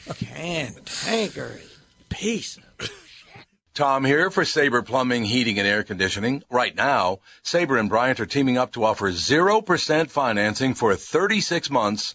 I can't take her. Peace.
Tom here for Sabre Plumbing, Heating, and Air Conditioning. Right now, Sabre and Bryant are teaming up to offer 0% financing for 36 months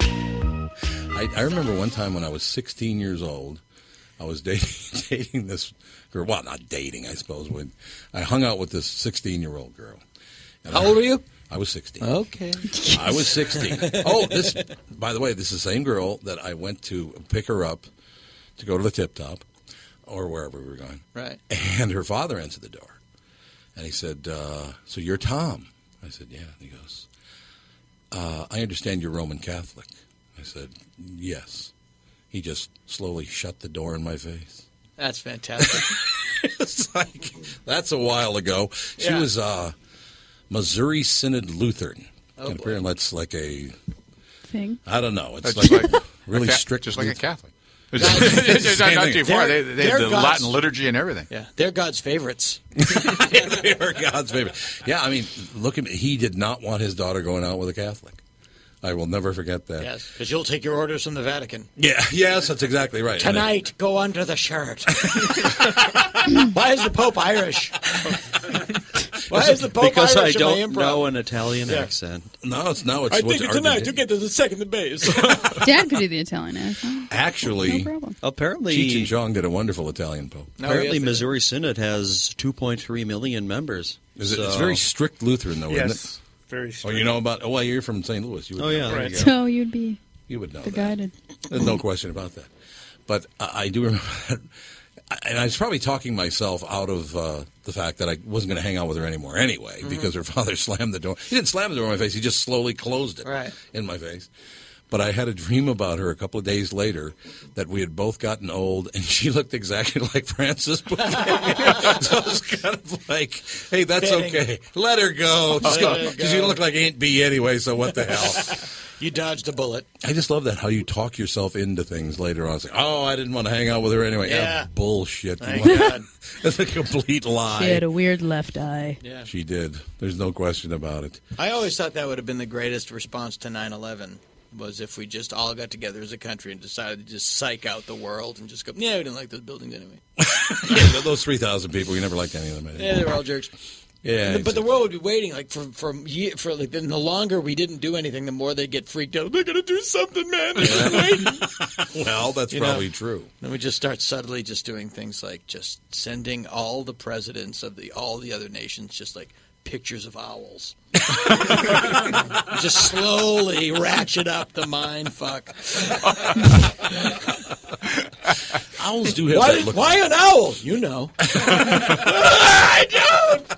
I, I remember one time when I was 16 years old, I was dating dating this girl. Well, not dating, I suppose. When I hung out with this 16 year old girl. And
How
I-
old were you?
I was 16.
Okay.
I was 16. Oh, this. By the way, this is the same girl that I went to pick her up to go to the tip top or wherever we were going.
Right.
And her father answered the door, and he said, uh, "So you're Tom?" I said, "Yeah." And he goes, uh, "I understand you're Roman Catholic." I said, "Yes." He just slowly shut the door in my face.
That's fantastic.
it's like that's a while ago. She
Yeah.
was uh, Missouri Synod Lutheran.
Oh, boy.
Apparently, that's like a
Thing.
I don't know. It's like,
That's like-
really
like a-
strict,
just like a
Luth-
Catholic.
It's the
Not-
same
not
thing.
too far. They-
They're-
they have
they're
the
God's-
Latin liturgy and everything.
Yeah, they're God's favorites.
they were God's favorite. Yeah, I mean, look at me. He did not want his daughter going out with a Catholic. I will never forget that.
Yes, because you'll take your orders from the Vatican.
Yeah, yes, that's exactly right. And I-
Tonight, go under the shirt. Why is the Pope Irish? Why is the Pope
because I
Irish in my
don't
improv?
know an Italian
Yeah.
accent.
No, Oh, it's no,
I think tonight you get to the second base.
Dad could do the Italian accent.
Actually,
No problem.
Apparently,
Cheech and Chong did a wonderful Italian pope.
apparently Missouri Synod has 2.3 million members.
Is it, It's
so-
very strict Lutheran, though, isn't
Yes,
it?
very
Oh, you know about? Oh, well, you're from St. Louis. You would
Oh,
know.
yeah,
There
right.
you go.
So you'd be
You would know
the
that.
guided.
There's no question about that. But I, I do remember, that. and I was probably talking myself out of uh, the fact that I wasn't going to hang out with her anymore anyway
Mm-hmm.
because her father slammed the door. He didn't slam the door in my face; he just slowly closed it
Right.
in my face. But I had a dream about her a couple of days later that we had both gotten old, and she looked exactly like Frances Bouquet. so I was kind of like, "Hey, that's
Fitting.
okay. Let her go.
Let
Just go.
her
Because you
go.
look like Aunt B anyway. So what the hell."
You dodged a bullet.
I just love that how you talk yourself into things later on. It's like, oh, I didn't want to hang out with her anyway. Yeah,
Yeah.
bullshit.
Thank God.
That's a complete lie.
She had a weird left eye.
Yeah.
She did. There's no question about it.
I always thought that would have been the greatest response to 9/11 was if we just all got together as a country and decided to just psych out the world and just go, yeah, we didn't like those buildings anyway.
Yeah, those three thousand people, you never liked any of them. Anyway.
Yeah, they were all jerks.
Yeah,
but the world would be waiting like for for ye- for like then the longer we didn't do anything, the more they'd get freaked out. They're gonna do something, man. They're just waiting.
well, that's
You know.
probably true.
Then we just start subtly just doing things like just sending all the presidents of the all the other nations just like pictures of owls. just slowly ratchet up the mind fuck.
Owls do have
why,
that look.
Why an owl? You know. I don't.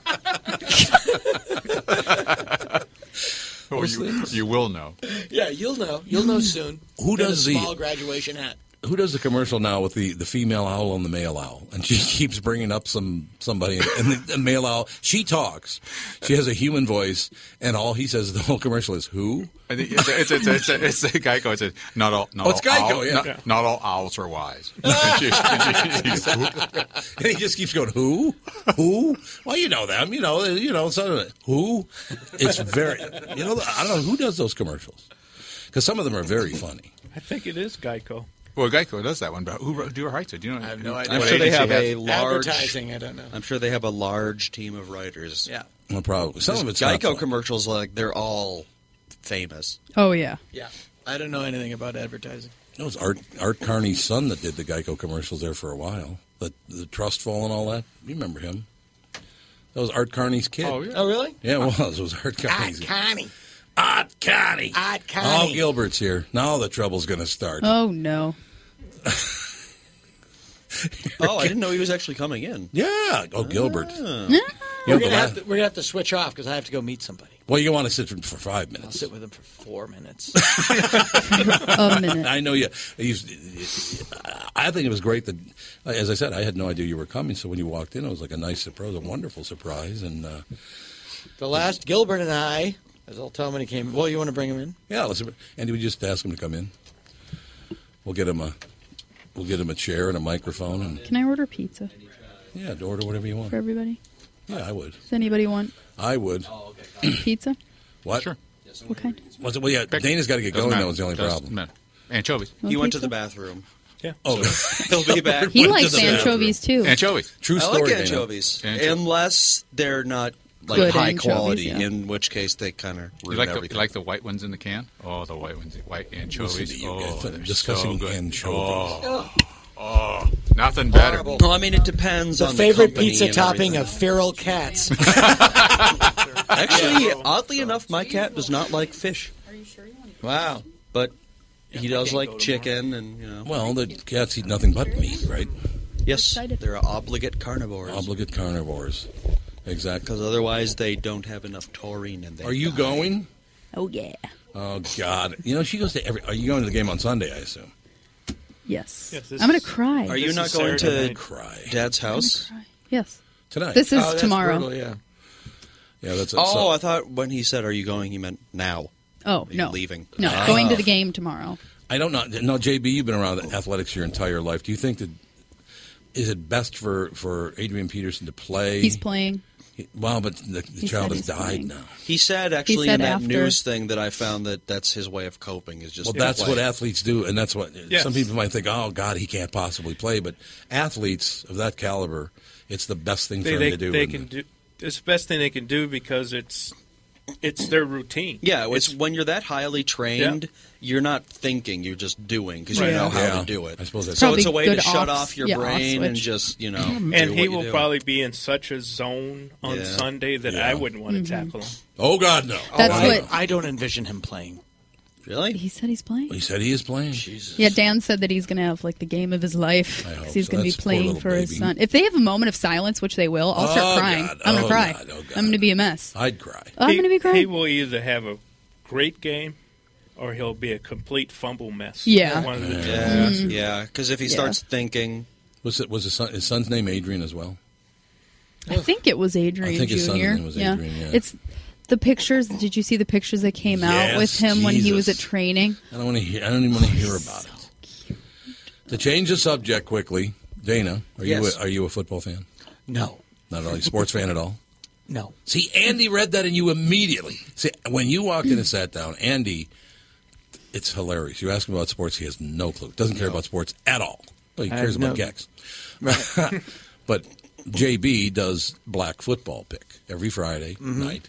Oh,
Or Oh, you, you will know.
Yeah, you'll know. You'll know soon.
Who
In a
does the-
small graduation hat?
Who does the commercial now with the, the female owl and the male owl? And she keeps bringing up some somebody, and the, the male owl. She talks. She has a human voice, and all he says the whole commercial is who.
I think It's a, it's a, it's a, it's a, it's a Geico. It's a, not all. Not
Oh, it's
all
Geico,
owl-
yeah.
Not,
Yeah.
not all owls are wise.
and he just keeps going, "Who? Who? Well, you know them. You know, you know. So, who? It's very. You know, I don't know who does those commercials because some of them are very funny.
I think it is Geico.
well, Geico does that one, but who wrote- who writes it? Do you know? I have
no idea.
I'm sure they have a
has-
large
Advertising, I don't know.
I'm sure they have a large team of writers.
Yeah.
Well, probably some of it's not
Geico
funny.
commercials. Like they're all famous.
Oh yeah.
Yeah, I don't know anything about advertising.
It was Art Art Carney's son that did the Geico commercials there for a while. The the trust fall and all that. You remember him? That was Art Carney's kid.
Oh, yeah. Oh, really?
Yeah, it was. It was Art Carney's. kid.
Connie.
Art Carney.
Art
Oh, Gilbert's here. Now the trouble's going to start.
Oh no.
Oh, I didn't know he was actually coming in.
Yeah.
Ah.
Oh, Gilbert.
Yeah.
You
We're
have the
gonna,
la-
have to, we're gonna have to switch off because I have to go meet somebody.
well, you want to sit for five minutes.
I'll sit with him for four minutes.
a minute.
I know you. you I think it was great that, as I said, I had no idea you were coming. So when you walked in, it was like a nice surprise, a wonderful surprise. And uh,
the last Gilbert and I, as I'll tell him when he came. Well, you want to bring him in?
yeah, let's, and we just ask him to come in. We'll get him a, we'll get him a chair and a microphone, and
Can I order pizza
yeah, order whatever you want.
for everybody?
Yeah, I would.
Does anybody want
I would.
Oh,
pizza?
What? Sure.
What kind?
Was it, well, yeah. Dana's got to get going.
Doesn't matter.
That was the only
Doesn't
problem.
matter. Anchovies.
Want
He went to
pizza?
the bathroom.
Yeah.
Oh,
He'll be back.
He likes anchovies too.
Anchovies.
True
I
story,
like
Dana.
anchovies,
Anchovies.
unless they're not like
good
high
end
quality.
trophies, yeah.
In which case they kind of
You like, the, you like the white ones in the can? Oh, the white ones, white
Listen
anchovies.
to you
Oh,
guys. I'm
they're
discussing
so good.
anchovies.
Oh, oh, nothing better.
No, I mean it depends
The
on
favorite
the company
pizza
and
topping
everything.
of feral cats.
Actually, oddly enough, my cat does not like fish. Are you sure you want?
Wow,
but he does like chicken and you know.
Well, the cats eat nothing but meat, right?
Yes, they're obligate carnivores.
Obligate carnivores. Exactly.
Because otherwise, they don't have enough taurine in there.
Are you going?
Oh yeah.
Oh God! You know she goes to every. Are you going to the game on Sunday? I assume.
Yes.
Yes, this
I'm going
is-
to cry.
Are you not
Saturday
going to
night. Cry.
Dad's house?
Yes.
Tonight.
This
Oh,
is tomorrow.
yeah.
Yeah, that's.
Oh,
so-
I thought when he said, "Are you going?" he meant now.
Oh
Are you
no.
leaving?
No,
Ah.
going to the game tomorrow.
I don't know. No, JB, you've been around athletics your entire life. Do you think that is it best for for Adrian Peterson to play?
He's playing.
Wow, but the, the
He
child
said
has
he's
died
playing.
now.
He said actually
said
in that
after-
news thing that I found that that's his way of coping is just
Well,
to
that's
play.
what athletes do, and that's what
Yes.
some people might think. Oh God, he can't possibly play. But athletes of that caliber, it's the best thing for
They,
him
they,
to do.
they
And
can do. It's the best thing they can do because it's it's their routine.
Yeah, it's, when you're that highly trained, you're not thinking, you're just doing because you
Right.
know how
Yeah.
to do it.
I suppose that's
so.
Probably
It's a way
good
to shut
off-
off your
yeah, off
brain and
switch.
just you know. do
and he
what you
will
do.
probably be in such a zone on
Yeah.
Sunday that
Yeah.
I wouldn't want
Mhm.
to tackle him.
Oh God, no!
That's
oh,
what-
I don't envision him playing.
Really?
He said he's playing.
He said he is playing. Jesus.
Yeah, Dan said that he's going to have like the game of his life
I hope
because he's
so.
going to be
That's poor
playing
little
for his
baby.
son. If they have a moment of silence, which they will, I'll
Oh,
start crying.
God.
I'm going
Oh,
to cry.
God. Oh, God.
I'm going to be a mess.
I'd cry.
Oh, I'm
He-
going to be
He
crying.
will either have a great game or he'll be a complete fumble mess.
Yeah.
One of the two.
Yeah, yeah. Because if he
Mm-hmm. Yeah.
starts thinking,
Was it was his, son, his son's name Adrian as well?
I think it was Adrian
I think his son's
Jr.
name was Adrian, yeah.
It's the pictures. Did you see the pictures that came out with
Yes,
him when he was at
Jesus.
training?
I don't want to hear. I don't even want to hear about it. To change the subject quickly, Dana, are
Yes.
you a, are you a football fan?
No.
Not really sports fan at all.
No.
See, Andy read that and you immediately. See, when you walked in and sat down, Andy, it's hilarious. You ask him about sports, he has no clue. Doesn't care about sports at all. Well, he
I
cares
have no-
about Gex. but JB does black football pick every Friday
Mhm.
night.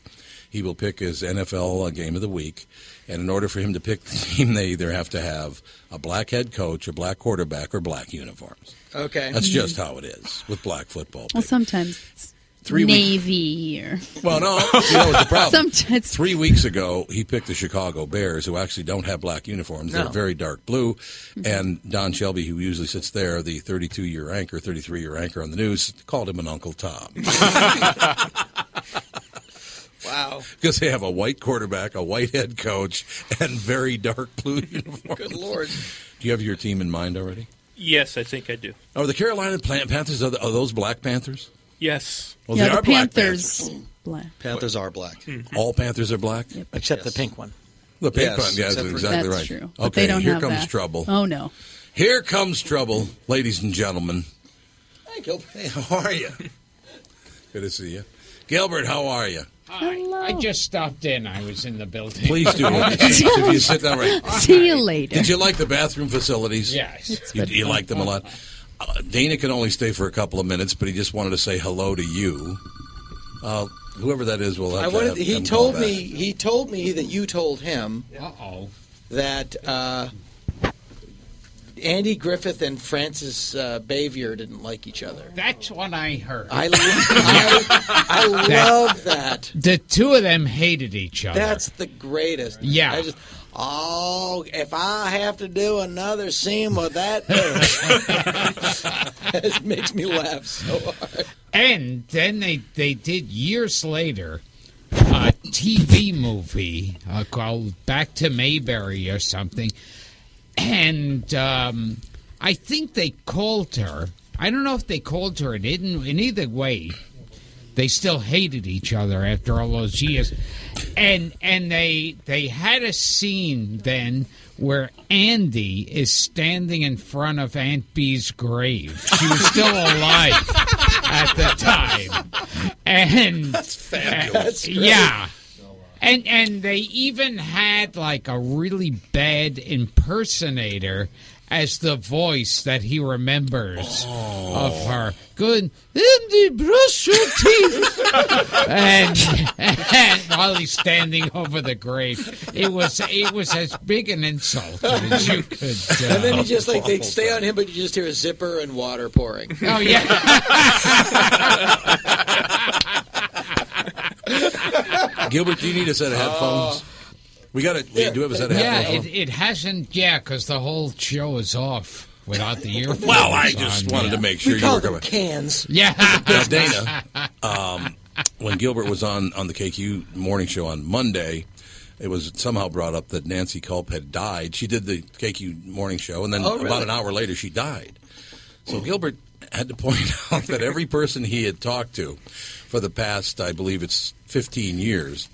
He will pick his NFL uh, game of the week. And in order for him to pick the team, they either have to have a black head coach, a black quarterback, or black uniforms.
Okay.
That's just how it is with black football.
Mm-hmm. Well, sometimes it's
Three weeks-
Navy or
Well, no, see, that was the problem.
Sometimes-
Three weeks ago, he picked the Chicago Bears, who actually don't have black uniforms.
No. Mm-hmm.
They're very dark blue. And Don Shelby, who usually sits there, the 32 year anchor, 33 year anchor on the news, called him an Uncle Tom.
Wow.
Because they have a white quarterback, a white head coach, and very dark blue uniforms. Good
Lord.
Do you have your team in mind already?
Yes, I think I do.
Are the Carolina Plant Panthers, are, the, are those Black Panthers?
Yes.
Well,
yeah,
they
the
are Black
Panthers. Black.
Panthers are black.
Hmm. All Panthers are black?
Except the pink one.
The pink
Yes,
one, yes,
except for-
exactly
That's
right.
true.
Okay,
But they don't
here
have
comes
that.
trouble.
Oh no.
Here comes trouble, ladies and gentlemen.
Hey, Gilbert.
how are you? Good to see you. Gilbert, how are you?
Hi. I just stopped in. I was in the building.
Please do. if you sit down right.
See you later.
Did you like the bathroom facilities?
Yes. It's
You,
been
you
fun.
liked them a lot? Uh, Dana can only stay for a couple of minutes, but he just wanted to say hello to you. Uh, whoever that is will have
I
to
wanted.
have
He
him call
told
back.
me. He told me that you told him.
Uh-oh.
That uh, Andy Griffith and Francis uh, Bavier didn't like each other.
That's what I heard.
I, lo- I, I love that.
The two of them hated each other.
That's the greatest.
Yeah.
I just, oh, if I have to do another scene with that, it makes me laugh so hard.
And then they, they did years later a TV movie uh, called Back to Mayberry or something. And um, I think they called her. I don't know if they called her. It didn't. In either way, they still hated each other after all those years. And and they they had a scene then where Andy is standing in front of Aunt Bee's grave. She was still alive at the time. And that's
fabulous. That's great.
yeah. And and they even had like a really bad impersonator as the voice that he remembers of her. Good. Then they brush your teeth. and, and while he's standing over the grave, it was it was as big an insult as you could. Uh,
and then you just like they'd stay on him, but you just hear a zipper and water pouring.
Oh yeah.
Gilbert, do you need a set of headphones? We got it. We do have a set of
Oh. yeah,
headphones.
it, it hasn't. Yeah, because the whole show is off without the earphones.
Well, I just wanted to make sure you were covered.
cans. Yeah.
Now, Dana, um, when Gilbert was on on the KQ morning show on Monday, it was somehow brought up that Nancy Culp had died. She did the KQ morning show, and then
Oh, really?
about an hour later, she died. So Gilbert had to point out that every person he had talked to for the past, I believe it's 15 years,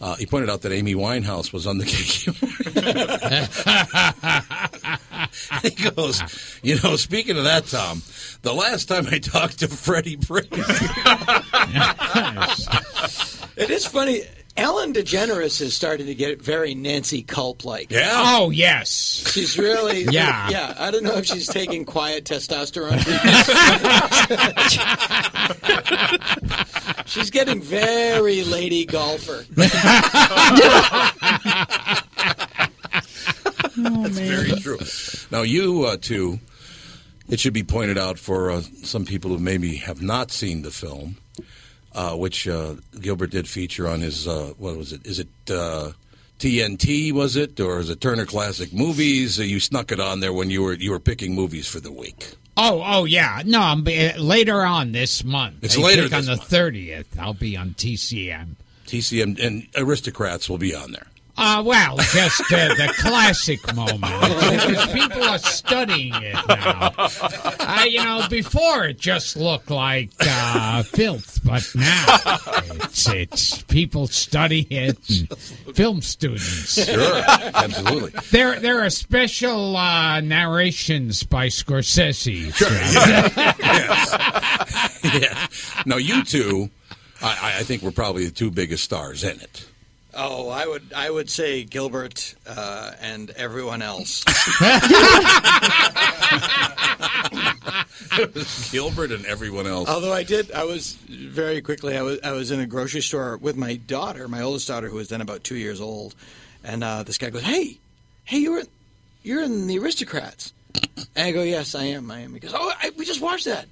uh, he pointed out that Amy Winehouse was on the KQ. he goes, you know, speaking of that, Tom, the last time I talked to Freddie Prinze,
It is funny. Ellen DeGeneres is starting to get very Nancy Culp like.
Yeah.
Oh yes.
She's really.
Yeah.
Yeah. I don't know if she's taking quiet testosterone. she's getting very lady golfer. Oh,
That's very true. Now, you uh, two, it should be pointed out for uh, some people who maybe have not seen the film, uh, which uh, Gilbert did feature on his, uh, what was it? Is it uh, TNT, was it? Or is it Turner Classic Movies? Uh, You snuck it on there when you were, you were picking movies for the week.
Oh, oh yeah. No, I'm uh, later on this month.
It's
I
later
think on
this
the thirtieth. I'll be on TCM.
TCM and Aristocrats will be on there.
Uh, well, just uh, the classic moment. Because people are studying it now. Uh, you know, before it just looked like uh, filth, but now it's, it's people study it. And film students.
Sure, absolutely.
There, there are special uh, narrations by Scorsese.
yeah. Now, you two, I, I- I think we're probably the two biggest stars in it.
Oh, I would I would say Gilbert uh, and everyone else.
Gilbert and everyone else.
Although I did, I was very quickly. I was I was in a grocery store with my daughter, my oldest daughter, who was then about two years old, and uh, this guy goes, "Hey, hey, you were you're in the Aristocrats," and I go, "Yes, I am. I am." He goes, "Oh, I, we just watched that.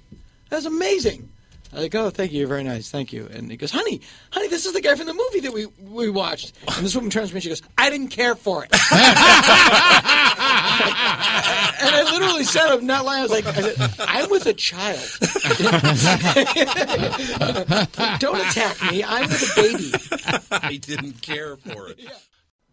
That's amazing." I was like, "Oh, thank you. You're very nice. Thank you." And he goes, "Honey, honey, this is the guy from the movie that we we watched." And this woman turns to me, and she goes, "I didn't care for it." and I literally said, "I'm not lying." I was like, I said, "I'm with a child. Don't attack me. I'm with a baby."
I didn't care for it.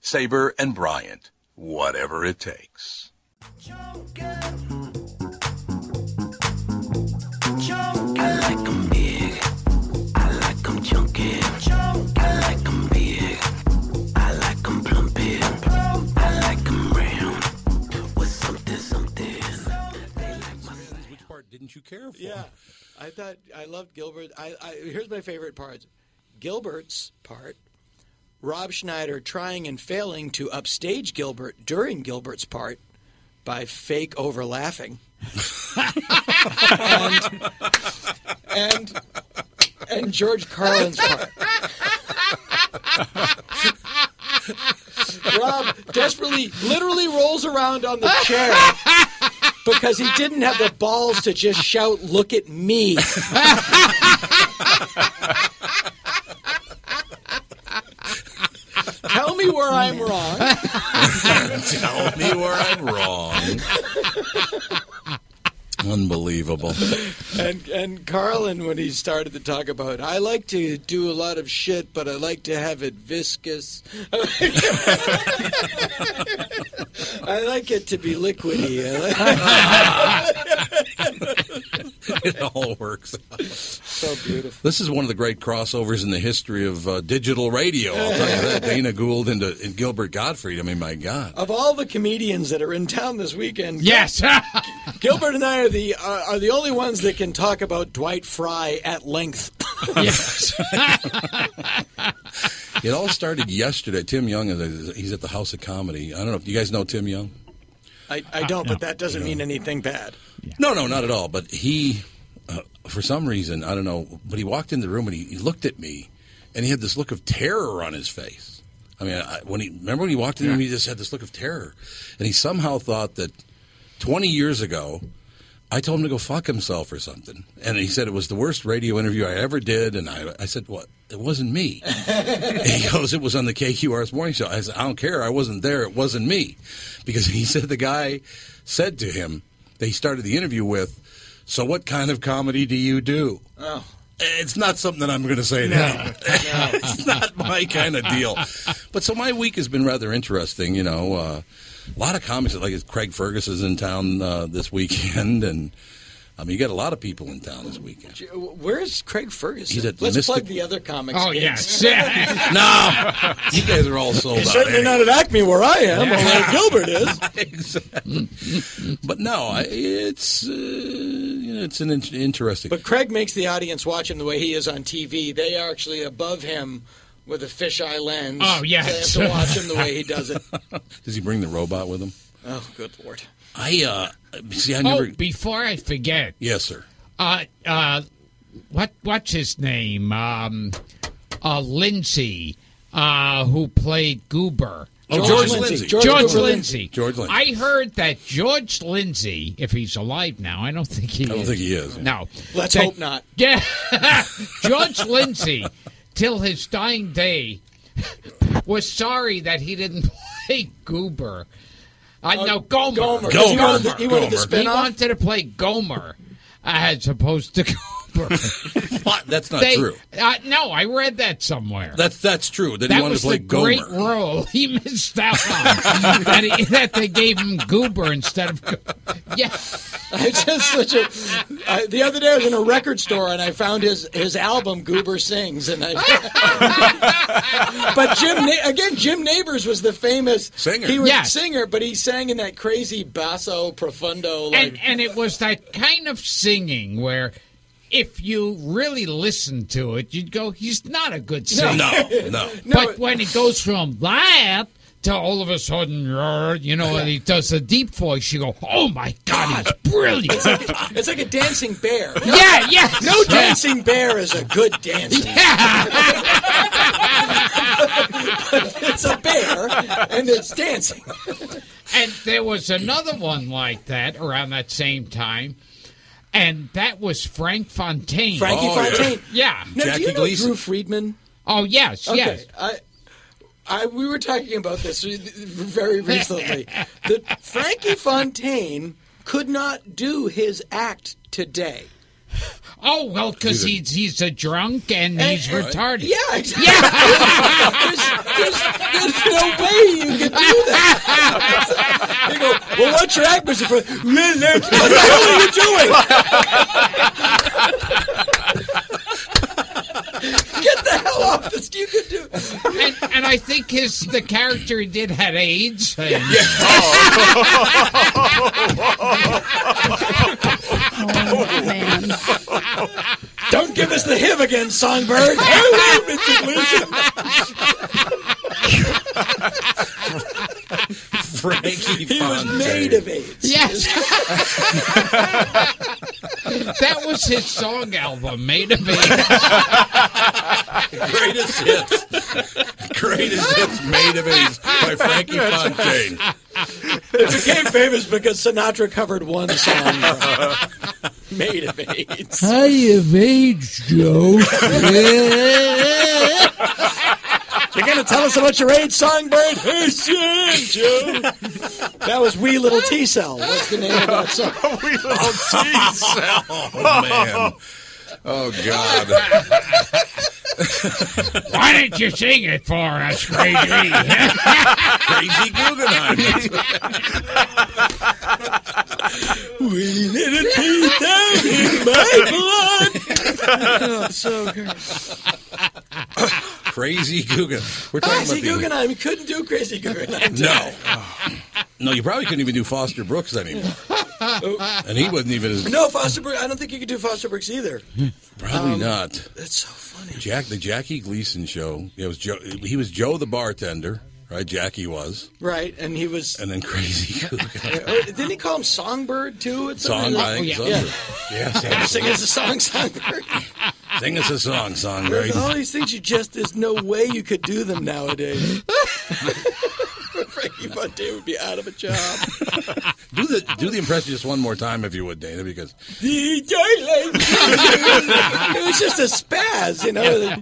Sabre and Bryant, whatever it takes.
I like 'em big. I like 'em chunky. I like 'em big. I like 'em plumpy. I like 'em round with something, something.
Which part didn't you care for?
Yeah, I thought I loved Gilbert. I, I here's my favorite parts: Gilbert's part, Rob Schneider trying and failing to upstage Gilbert during Gilbert's part by fake over laughing, and, and and George Carlin's part. Rob desperately, literally rolls around on the chair because he didn't have the balls to just shout, "Look at me." Tell me where I'm wrong.
Tell me where I'm wrong. Unbelievable.
And and Carlin, when he started to talk about, I like to do a lot of shit, but I like to have it viscous. I like it to be liquidy. I like-
it all works out.
So beautiful.
This is one of the great crossovers in the history of uh, digital radio. I'll tell you that. Dana Gould into and Gilbert Gottfried. I mean, my God.
Of all the comedians that are in town this weekend,
Yes.
Gilbert and I are the uh, are the only ones that can talk about Dwight Fry at length.
yes.
It all started yesterday. Tim Young is he's at the House of Comedy. I don't know if you guys know Tim Young.
I, I
Ah,
don't, but that doesn't mean anything bad.
No, no, not at all. But he, uh, for some reason, I don't know, but he walked in the room and he, he looked at me, and he had this look of terror on his face. I mean, I, when he remember when he walked in, the room, he just had this look of terror, and he somehow thought that twenty years ago. I told him to go fuck himself or something, and he said it was the worst radio interview I ever did. And I, I said, "What? It wasn't me." And he goes, "It was on the KQRS morning show." I said, "I don't care. I wasn't there. It wasn't me," because he said the guy said to him that he started the interview with, "So what kind of comedy do you do?"
Oh.
It's not something that I'm going to say now. it's not my kind of deal. But so my week has been rather interesting. You know, uh, a lot of comics like Craig Fergus is in town uh, this weekend, and I mean, you got a lot of people in town this weekend.
Where's Craig Ferguson?
He's at the
Let's
Mystic-
plug the other comics.
Oh,
gigs.
yes.
no, you guys are all sold
He's
out. eh?
certainly not at Acme where I am,
Yeah.
although Gilbert is.
But no, I, it's uh, you know, it's an in- interesting.
But uh, Craig makes the audience watch him the way he is on TV. They are actually above him with a fisheye lens.
Oh, yes.
They have to watch him the way he does it.
Does he bring the robot with him?
Oh, good lord.
I uh, see. I never.
Oh, before I forget,
yes, sir.
uh, uh, what what's his name? Um, uh, Lindsay, uh, who played Goober.
Oh, George George Lindsay. Lindsay.
George,
George
Lindsay.
George Lindsay.
I heard that George Lindsay, if he's alive now, I don't think he
I don't
is.
think he is.
No.
Let's
That-
hope not.
Yeah. George Lindsay, till his dying day, was sorry that he didn't play Goober. I know Gomer.
Uh, Gomer. 'Cause he wanted the- he wanted the
He
spin-off?
wanted to play Gomer as opposed to Goober.
What? That's not
They-
true.
Uh, no, I read that somewhere.
That's that's true. That, he
that
wanted
was
to play
the
Gomer.
great role he missed out on. that, he, that they gave him Goober instead of. Go- Yeah.
I just such a. I, the other day I was in a record store and I found his his album Goober Sings and I. but Jim Na- again, Jim Neighbors was the famous
Singer.
He was
Yeah.
a singer, but he sang in that crazy basso profundo. Like,
and and it was that kind of singing where if you really listen to it you'd go he's not a good singer
No, no.
but when it goes from that to all of a sudden "Rrr," you know and he does a deep voice you go oh my god he's brilliant
it's like a dancing bear.
yeah yeah
No dancing bear is a good dancer.
yeah
it's a bear hair and it's dancing.
And there was another one like that around that same time, and that was Frank Fontaine.
Frankie Fontaine.
Oh, Yeah.
Now, do you know Drew Friedman?
Oh yes,
Okay,
yes.
I, I, we were talking about this very recently. that Frankie Fontaine could not do his act today.
Oh well, because he's he's a drunk and he's retarded.
uh, Yeah, exactly. there's, there's, there's no way you can do that. they go, well, what's your act, Mr. Fr- What the hell are you doing? Get the hell off this! You can do.
And, and I think his the character he did had AIDS. and-
Don't give us the HIV again, Songbird.
Frankie
He was
Fontaine.
made of AIDS.
Yes. that was his song album, Made of AIDS.
Greatest hits. Greatest hits made of AIDS by Frankie Fontaine.
It became famous because Sinatra covered one song from Made of AIDS.
I have AIDS, Joe.
You're going to tell us about your AIDS, Songbird? Hey, Sam, Joe. That was Wee Little T Cell. What's the name of that song? Wee Little T Cell.
Oh, man. Oh, God.
Why didn't you sing it for us, Crazy?
Crazy Guggenheim.
Wee Little T Cell in my blood. Oh, so good.
Crazy Guggenheim. We're talking
Crazy
about the-
Guggenheim. You couldn't do Crazy Guggenheim.
No. No, you probably couldn't even do Foster Brooks anymore. And he wasn't even as.
No, Foster Brooks. I don't think you could do Foster Brooks either.
Probably
Um,
not.
That's so funny.
Jack, the Jackie Gleason show. It was Joe, he was Joe the bartender, right? Jackie was,
Right, and he was.
and then Crazy Guggenheim.
Uh, Didn't he call him Songbird too? At some
Song,
point? Oh,
I think,
yeah.
Songbird. Yeah, Songbird.
Sing us a song, Songbird.
Sing us a song, Songbird.
There's all these things you just there's no way you could do them nowadays. Frankie Fontaine would be out of a job.
Do the do the impression just one more time if you would, Dana, because
The daylight. it was just a spaz, you know.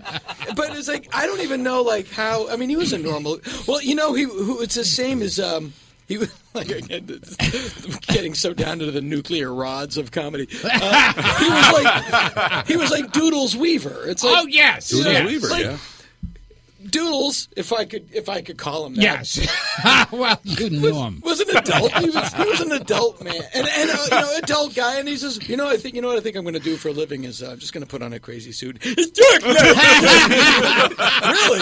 But it's like I don't even know like how. I mean, he was a normal. Well, you know, he who it's the same as um. He was like again, getting so down to the nuclear rods of comedy. Uh, he was like he was like Doodles Weaver. It's like
Oh, yes.
you know,
Doodles Weaver,
like,
yeah.
Doodles, if I could if I could call him that.
yes. well, you knew him.
was an adult. He was, he was an adult man, and, and uh, you know, adult guy. And he says, you know, I think you know what I think I'm going to do for a living is uh, I'm just going to put on a crazy suit. It's Jack Nicholson. really?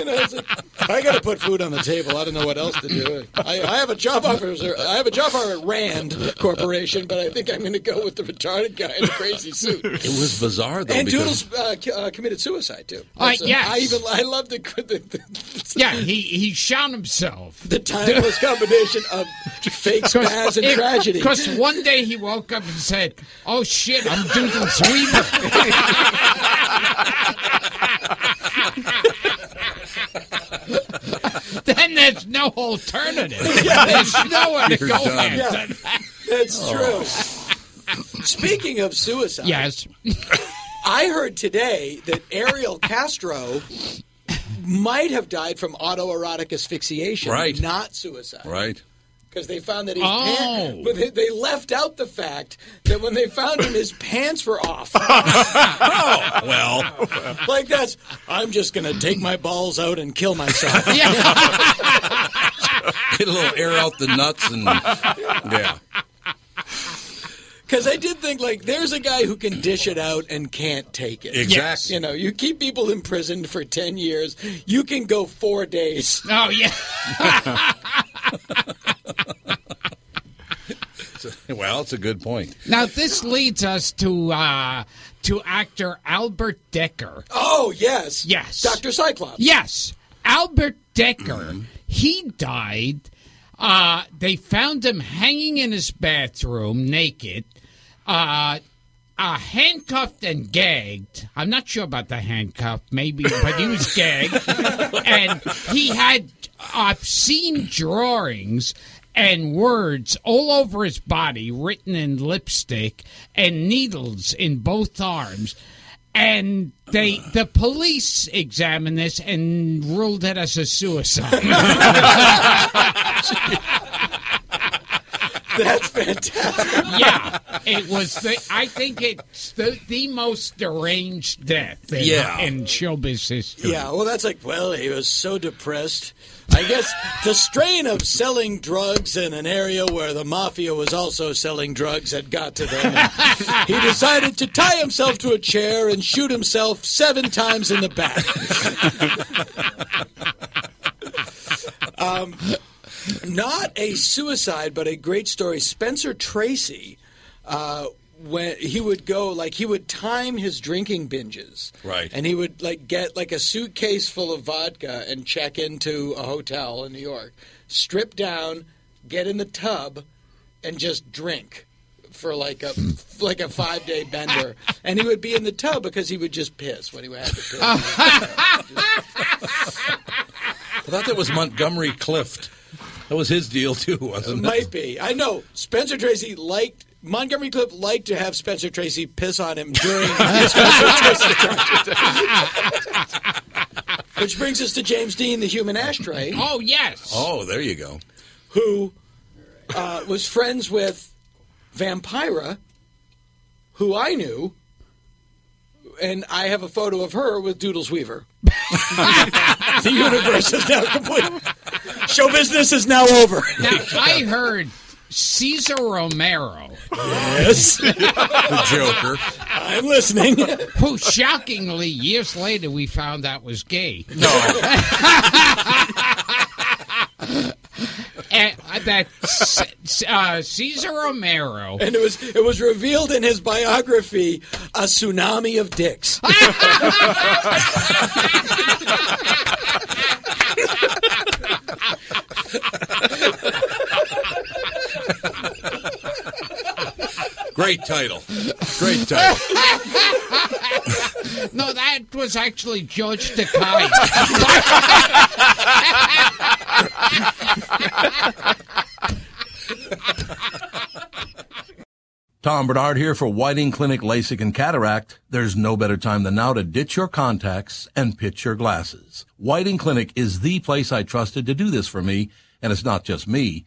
You know, it's like, I got to put food on the table. I don't know what else to do. I, I have a job offer. I have a job offer at Rand Corporation, but I think I'm going to go with the retarded guy in a crazy suit.
it was bizarre though.
And
because
Doodles uh, c- uh, committed suicide too.
Uh,
That's,
yes.
I even I love the, the, the
Yeah, he, he shot himself.
the timeless combination of fake spaz and tragedy.
Because one day he woke up and said, "Oh shit, I'm Doodles Weaver." then there's no alternative. There's no one to
You're
go
done.
after.
That's
Oh.
true. Speaking of suicide,
Yes.
I heard today that Ariel Castro might have died from autoerotic asphyxiation,
Right.
not suicide.
right.
Because they found that his
Oh.
pants, but they, they left out the fact that when they found him, his pants were off.
Well,
like that's, I'm just gonna take my balls out and kill myself.
get a little air out the nuts and yeah.
Because I did think, like, there's a guy who can dish it out and can't take it.
Exactly.
You know, you keep people imprisoned for 10 years, you can go four days.
Oh, yeah.
Well, it's a good point.
Now this leads us to uh, to actor Albert Decker.
Oh yes,
yes,
Doctor Cyclops.
Yes, Albert Decker.
Mm-hmm.
He died. Uh, they found him hanging in his bathroom, naked, uh, uh, handcuffed and gagged. I'm not sure about the handcuff, maybe, but he was gagged, and he had uh, obscene drawings and words all over his body written in lipstick and needles in both arms. And they, the police examined this and ruled it as a suicide.
That's fantastic.
yeah, it was. The, I think it's the, the most deranged death in,
Yeah.
in showbiz history.
Yeah, well, that's like, well, he was so depressed. I guess the strain of selling drugs in an area where the mafia was also selling drugs had got to them. he decided to tie himself to a chair and shoot himself seven times in the back. um, not a suicide, but a great story. Spencer Tracy, uh, when he would go, like he would time his drinking binges.
Right.
And he would like get like a suitcase full of vodka and check into a hotel in New York, strip down, get in the tub, and just drink for like a like a five day bender. And he would be in the tub because he would just piss when he had to piss.
I thought that was Montgomery Clift. That was his deal too, wasn't it?
Might be. I know Spencer Tracy liked Montgomery Cliff liked to have Spencer Tracy piss on him during Spencer Tracy. Which brings us to James Dean, the human ashtray.
Oh yes.
Oh, there you go.
Who uh, was friends with Vampira, who I knew, and I have a photo of her with Doodles Weaver. the universe is now complete. Show business is now over.
Now I heard Caesar Romero.
Yes. The Joker. I'm listening.
Who shockingly years later we found out was gay. And, uh, that C- C- uh, Caesar Romero.
And it was it was revealed in his biography, a tsunami of dicks.
Great title. Great title.
no, that was actually George Takei.
Tom Bernard here for Whiting Clinic LASIK and Cataract. There's no better time than now to ditch your contacts and pitch your glasses. Whiting Clinic is the place I trusted to do this for me, and it's not just me.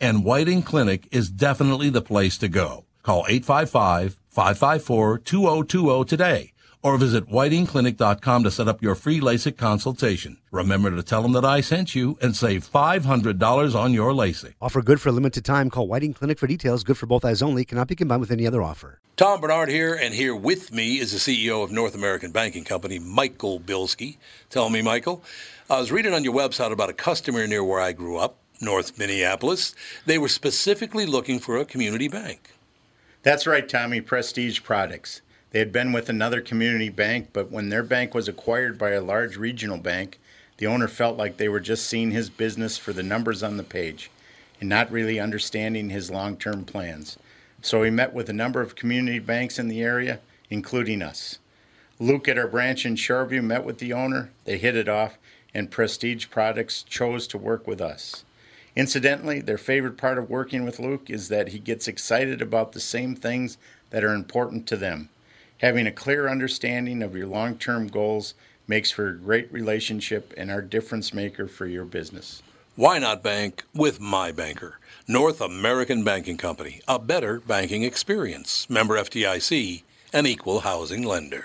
And Whiting Clinic is definitely the place to go. Call 855-554-2020 today or visit whitingclinic.com to set up your free LASIK consultation. Remember to tell them that I sent you and save $500 on your LASIK.
Offer good for a limited time. Call Whiting Clinic for details. Good for both eyes only. Cannot be combined with any other offer.
Tom Bernard here, and here with me is the CEO of North American Banking Company, Michael Bilski. Tell me, Michael, I was reading on your website about a customer near where I grew up, North Minneapolis. They were specifically looking for a community bank.
That's right, Tommy, Prestige Products. They had been with another community bank, but when their bank was acquired by a large regional bank, the owner felt like they were just seeing his business for the numbers on the page and not really understanding his long term plans. So he met with a number of community banks in the area, including us. Luke at our branch in Shoreview met with the owner, they hit it off, and Prestige Products chose to work with us. Incidentally, their favorite part of working with Luke is that he gets excited about the same things that are important to them. Having a clear understanding of your long term goals makes for a great relationship and are difference maker for your business.
Why not bank with my banker? North American Banking Company, a better banking experience. Member FDIC, an equal housing lender.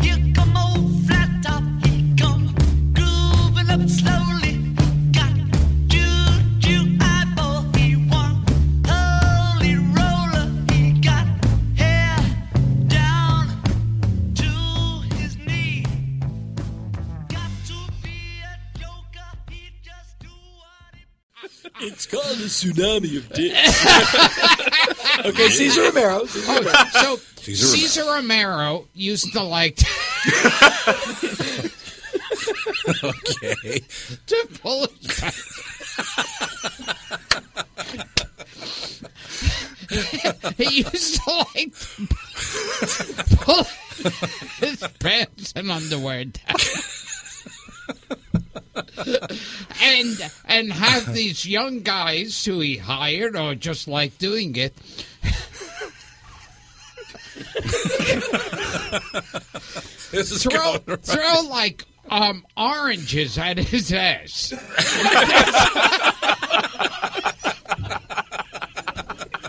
Here come old flat top, he come grooving up slowly. Got juju eyeball, he one holy roller. He got hair down to his knee. Got to be a joker, he just do what he.
It's called a tsunami of dicks.
Okay, Cesar Romero, Cesar
Oh,
Romero.
so
Cesar
Cesar,
Romero.
Romero. used to like
okay.
to pull it back. he used to like to pull his pants and underwear down. and and have these young guys who he hired or just like doing it
This is
throw,
going right.
throw like um oranges at his ass.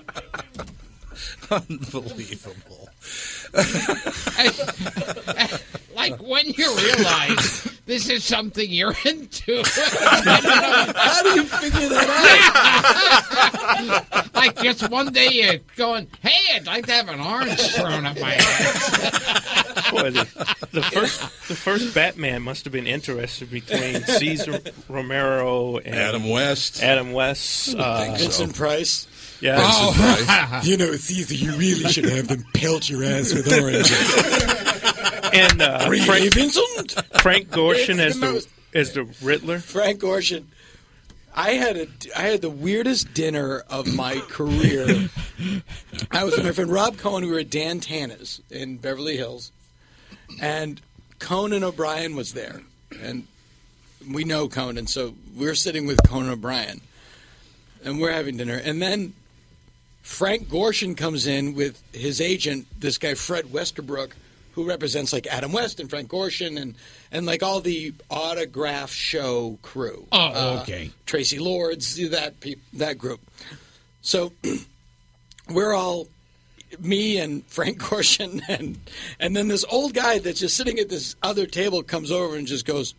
Unbelievable.
like when you realize this is something you're into.
How do you figure that
out? like just one day you're going, hey, I'd like to have an orange thrown up my ass.
Boy, the, the first the first Batman must have been interested between Caesar Romero and
Adam West.
Adam West,
I would
uh,
think so. Vincent
Price. Yeah,
Vincent Price. Oh. you know, Caesar, you really should have them pelt your ass with oranges.
and uh,
Really,
Frank
Vincent?
Frank Gorshin
It's
as
the
the,
most-
as the Riddler.
Frank Gorshin. I had a I had the weirdest dinner of my career. I was with my friend Rob Cohen. We were at Dan Tana's in Beverly Hills, and Conan O'Brien was there, and we know Conan, so we're sitting with Conan O'Brien, and we're having dinner, and then Frank Gorshin comes in with his agent, this guy Fred Westerbrook, who represents like Adam West and Frank Gorshin and and like all the autograph show crew. Uh,
Oh, okay.
Tracy Lords, that peop that group. So we're all me and Frank Gorshin and and then this old guy that's just sitting at this other table comes over and just goes,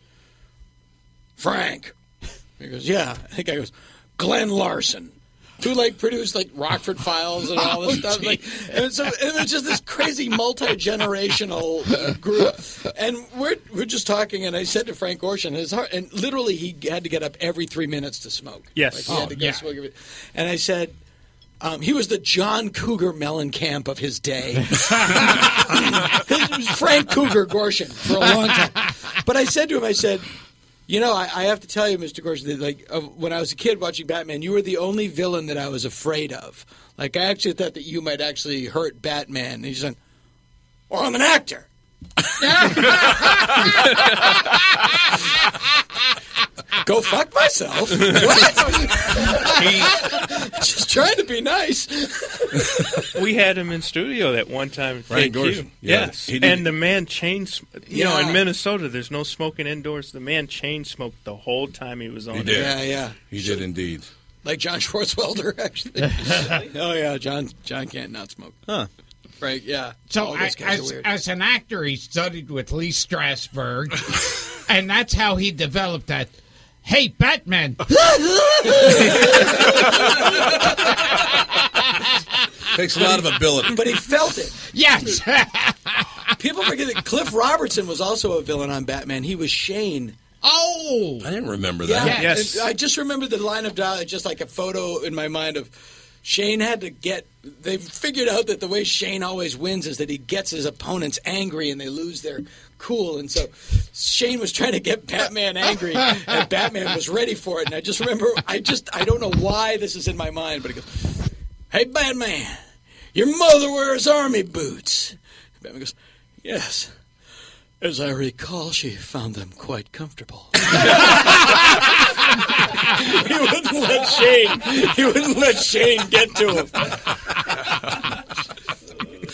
Frank. He goes, Yeah. I think I goes, Glenn Larson. Who like produced like Rockford Files and all this
Oh,
stuff? Like, and so and it's just this crazy multi generational uh, group, and we're we're just talking. And I said to Frank Orshin, his heart, and literally he had to get up every three minutes to smoke.
Yes.
like, he had
Oh,
to go
yeah.
smoke every, And I said, um, he was the John Cougar Mellencamp of his day. It was Frank Cougar Gorshin for a long time. But I said to him, I said, you know, I, I have to tell you, Mr. Gorshin, that, like uh, when I was a kid watching Batman, you were the only villain that I was afraid of. Like I actually thought that you might actually hurt Batman. And he's like, well, I'm an actor. Go fuck myself. What? Just trying to be nice.
we had him in studio that one time. at
Frank
KQ.
Gorshin. Yeah.
Yes.
He did-
and the man chain, sm- you know,
Yeah.
in Minnesota, there's no smoking indoors. The man chain smoked the whole time he was on.
He did.
air.
He did indeed.
Like John Schwartzwelder, actually. oh yeah, John John can't not smoke.
Huh.
Frank, yeah.
So
All
I,
Oh, those guys are
as,
weird.
as an actor, he studied with Lee Strasberg, and that's how he developed that. Hey, Batman!
Takes a lot of ability.
But he felt it.
Yes.
People forget that Cliff Robertson was also a villain on Batman. He was Shane.
Oh.
I didn't remember
Yeah.
that.
And I just remember the line of dialogue, just like a photo in my mind of Shane had to get. They've figured out that the way Shane always wins is that he gets his opponents angry and they lose their cool. And so Shane was trying to get Batman angry, and Batman was ready for it. And I just remember, I just, I don't know why this is in my mind, but he goes, "Hey, Batman, your mother wears army boots." Batman goes, "Yes." As I recall, she found them quite comfortable. he wouldn't let Shane. He wouldn't let Shane get to him.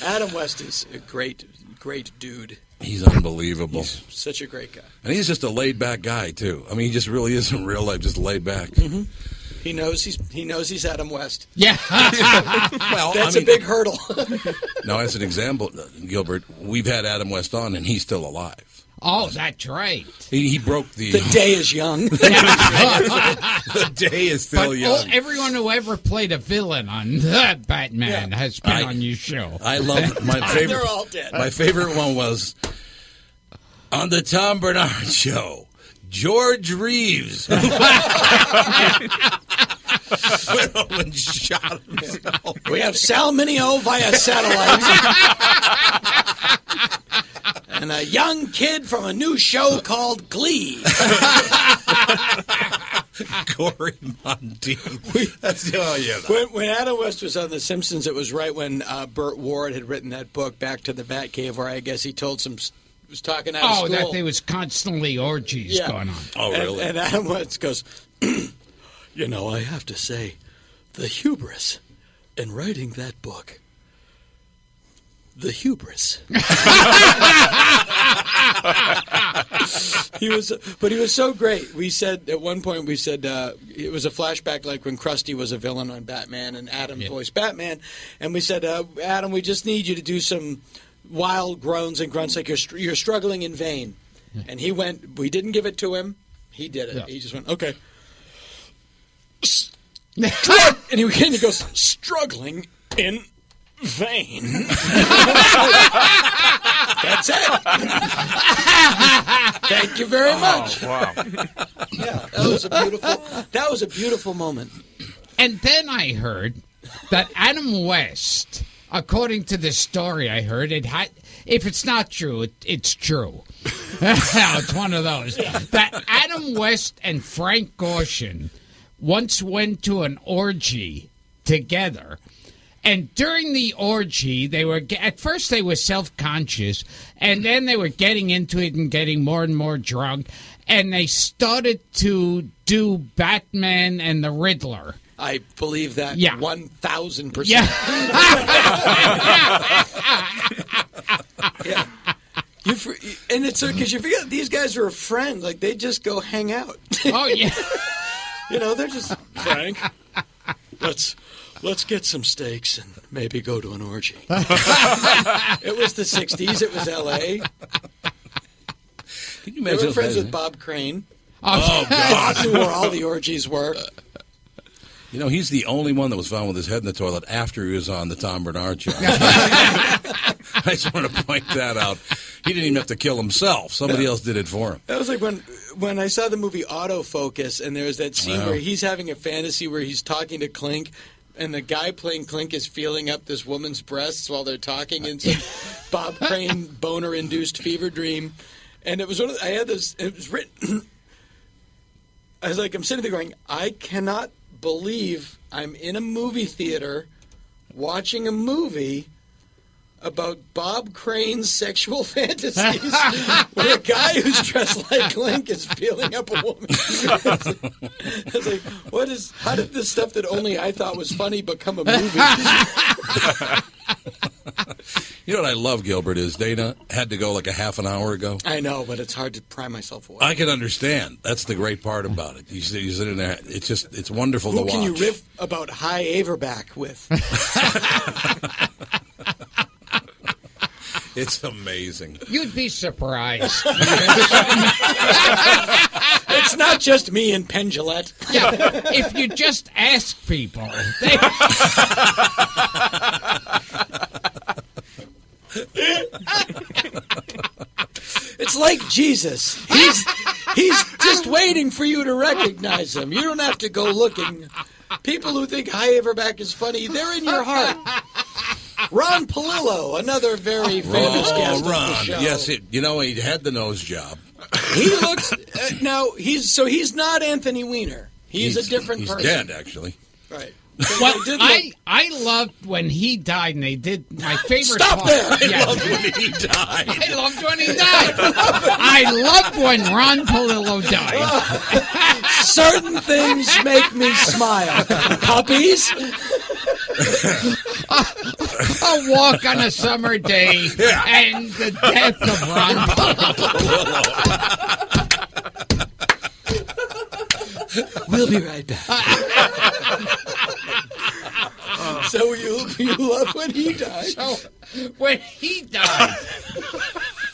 Adam West is a great, great dude.
He's unbelievable.
Such a great guy.
and he's just a laid back guy, too. I mean, he just really is in real life, just laid back.
Mm-hmm. He knows he's he knows he's Adam West.
Yeah.
Well, I
that's
mean-
a big hurdle.
Now, as an example, uh, Gilbert, we've had Adam West on, and he's still alive.
Oh, that's right.
He, he broke the.
The day is young.
the day is still
But all-
young.
everyone who ever played a villain on that Batman has been
I-
on your show.
I love my favorite.
They're all dead.
My favorite one was on the Tom Bernard show. George Reeves went home and shot himself.
we have Sal Mineo via satellite. And a young kid from a new show called Glee.
Corey Monteith. That's oh yeah.
When, when Adam West was on The Simpsons, it was right when uh, Burt Ward had written that book, Back to the Batcave, where I guess he told some s- was talking out of
Oh,
school.
that there was constantly orgies
Yeah.
going on.
Oh,
And- And, Adam West goes, You know, I have to say, the hubris in writing that book. The hubris. he was, but he was so great. We said at one point, we said uh, it was a flashback, like when Krusty was a villain on Batman and Adam voiced Batman, and we said, uh, Adam, we just need you to do some wild groans and grunts, like you're str- you're struggling in vain. And he went. We didn't give it to him. He did it.
Yeah.
He just went, okay. Strug- and he, and he goes, struggling in vain. That's it. Thank you very
Oh.
much.
wow.
Yeah, that was a beautiful. That was a beautiful moment.
And then I heard that Adam West, according to the story I heard, it had. If it's not true, it, it's true. it's one of those. That Adam West and Frank Gorshin once went to an orgy together. And during the orgy, they were ge- at first they were self conscious, and then they were getting into it and getting more and more drunk, and they started to do Batman and the Riddler.
I believe that.
Yeah.
one thousand
Yeah.
percent. You for, and it's because you forget these guys are friends. Like they just go hang out.
oh yeah.
you know they're just Frank. Let's let's get some steaks and maybe go to an orgy. it was the '60s. It was L.A.
Can
you
imagine
They were
if
friends
that-
with Bob Crane.
Oh, God.
Knew where all the orgies were.
You know, he's the only one that was found with his head in the toilet after he was on the Tom Bernard show. I just want to point that out. He didn't even have to kill himself. Somebody else did it for him.
That was like when when I saw the movie Autofocus, and there's that scene
Wow.
where he's having a fantasy where he's talking to Clink, and the guy playing Clink is feeling up this woman's breasts while they're talking in some Bob Crane boner induced fever dream. And it was one of the, I had this. It was written. I was like, I'm sitting there going, I cannot believe I'm in a movie theater watching a movie about Bob Crane's sexual fantasies where a guy who's dressed like Link is peeling up a woman. I was like, what is, how did this stuff that only I thought was funny become a movie?
You know what I love, Gilbert, is Dana had to go like a half an hour ago.
I know, but it's hard to pry myself away.
I can understand. That's the great part about it. You sit, you sit in there. It's just, it's wonderful
Who
to watch.
can you riff about High Averback with?
It's amazing.
You'd be surprised.
it's not just me and Pendulette.
Yeah, if you just ask people. They...
It's like Jesus. He's he's just waiting for you to recognize him. You don't have to go looking. People who think high ever back is funny, they're in your heart. Ron Palillo, another very famous guest.
Oh,
on the
Ron.
show.
Yes, it, you know, he had the nose job.
he looks uh, now. He's so he's not Anthony Weiner. He's, a different
he's
person.
dead, actually.
Right.
Well,
They did
I I loved when he died, and they did my favorite.
Stop
part.
there! I
Yeah.
loved
when he died.
I loved when he died. I loved when Ron Palillo died.
Certain things make me smile. Puppies.
a walk on a summer day and the death of Ron Palillo.
We'll be right back. so you you love when he died.
So when he died,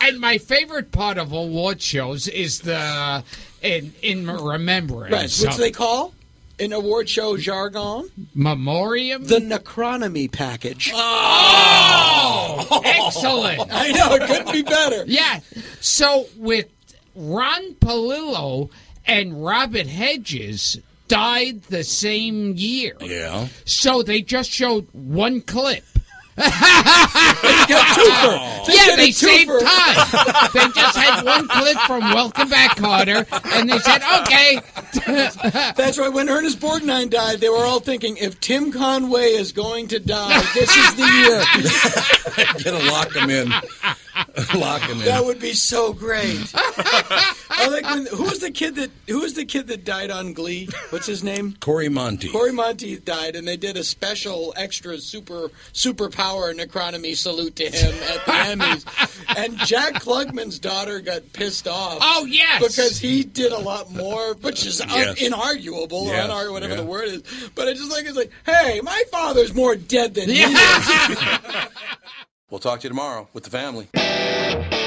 and my favorite part of award shows is the in in remembrance,
Right, which they call in award show jargon
memoriam.
the necronomy package.
Oh, excellent!
I know it couldn't be better.
Yeah. So with Ron Palillo and Robert Hedges died the same year.
Yeah.
So they just showed one clip.
They
yeah,
got
they
a
saved
twofer.
time. they just had one clip from Welcome Back, Carter, and they said, "Okay."
That's right. When Ernest Borgnine died, they were all thinking, if Tim Conway is going to die, this is the year.
Get a lock him in. lock him in.
That would be so great. I like when, who was the kid that who was the kid that died on Glee? What's his name?
Corey Monte.
Corey Monteith died, and they did a special extra super superpower necronomy salute to him at the Emmys. And Jack Klugman's daughter got pissed off.
Oh, yes.
because he did a lot more, which is un-
Yes.
inarguable
Yes,
or unar- whatever
yeah.
the word is. But it's just like it's like, hey, my father's more dead than he is.
We'll talk to you tomorrow with the family.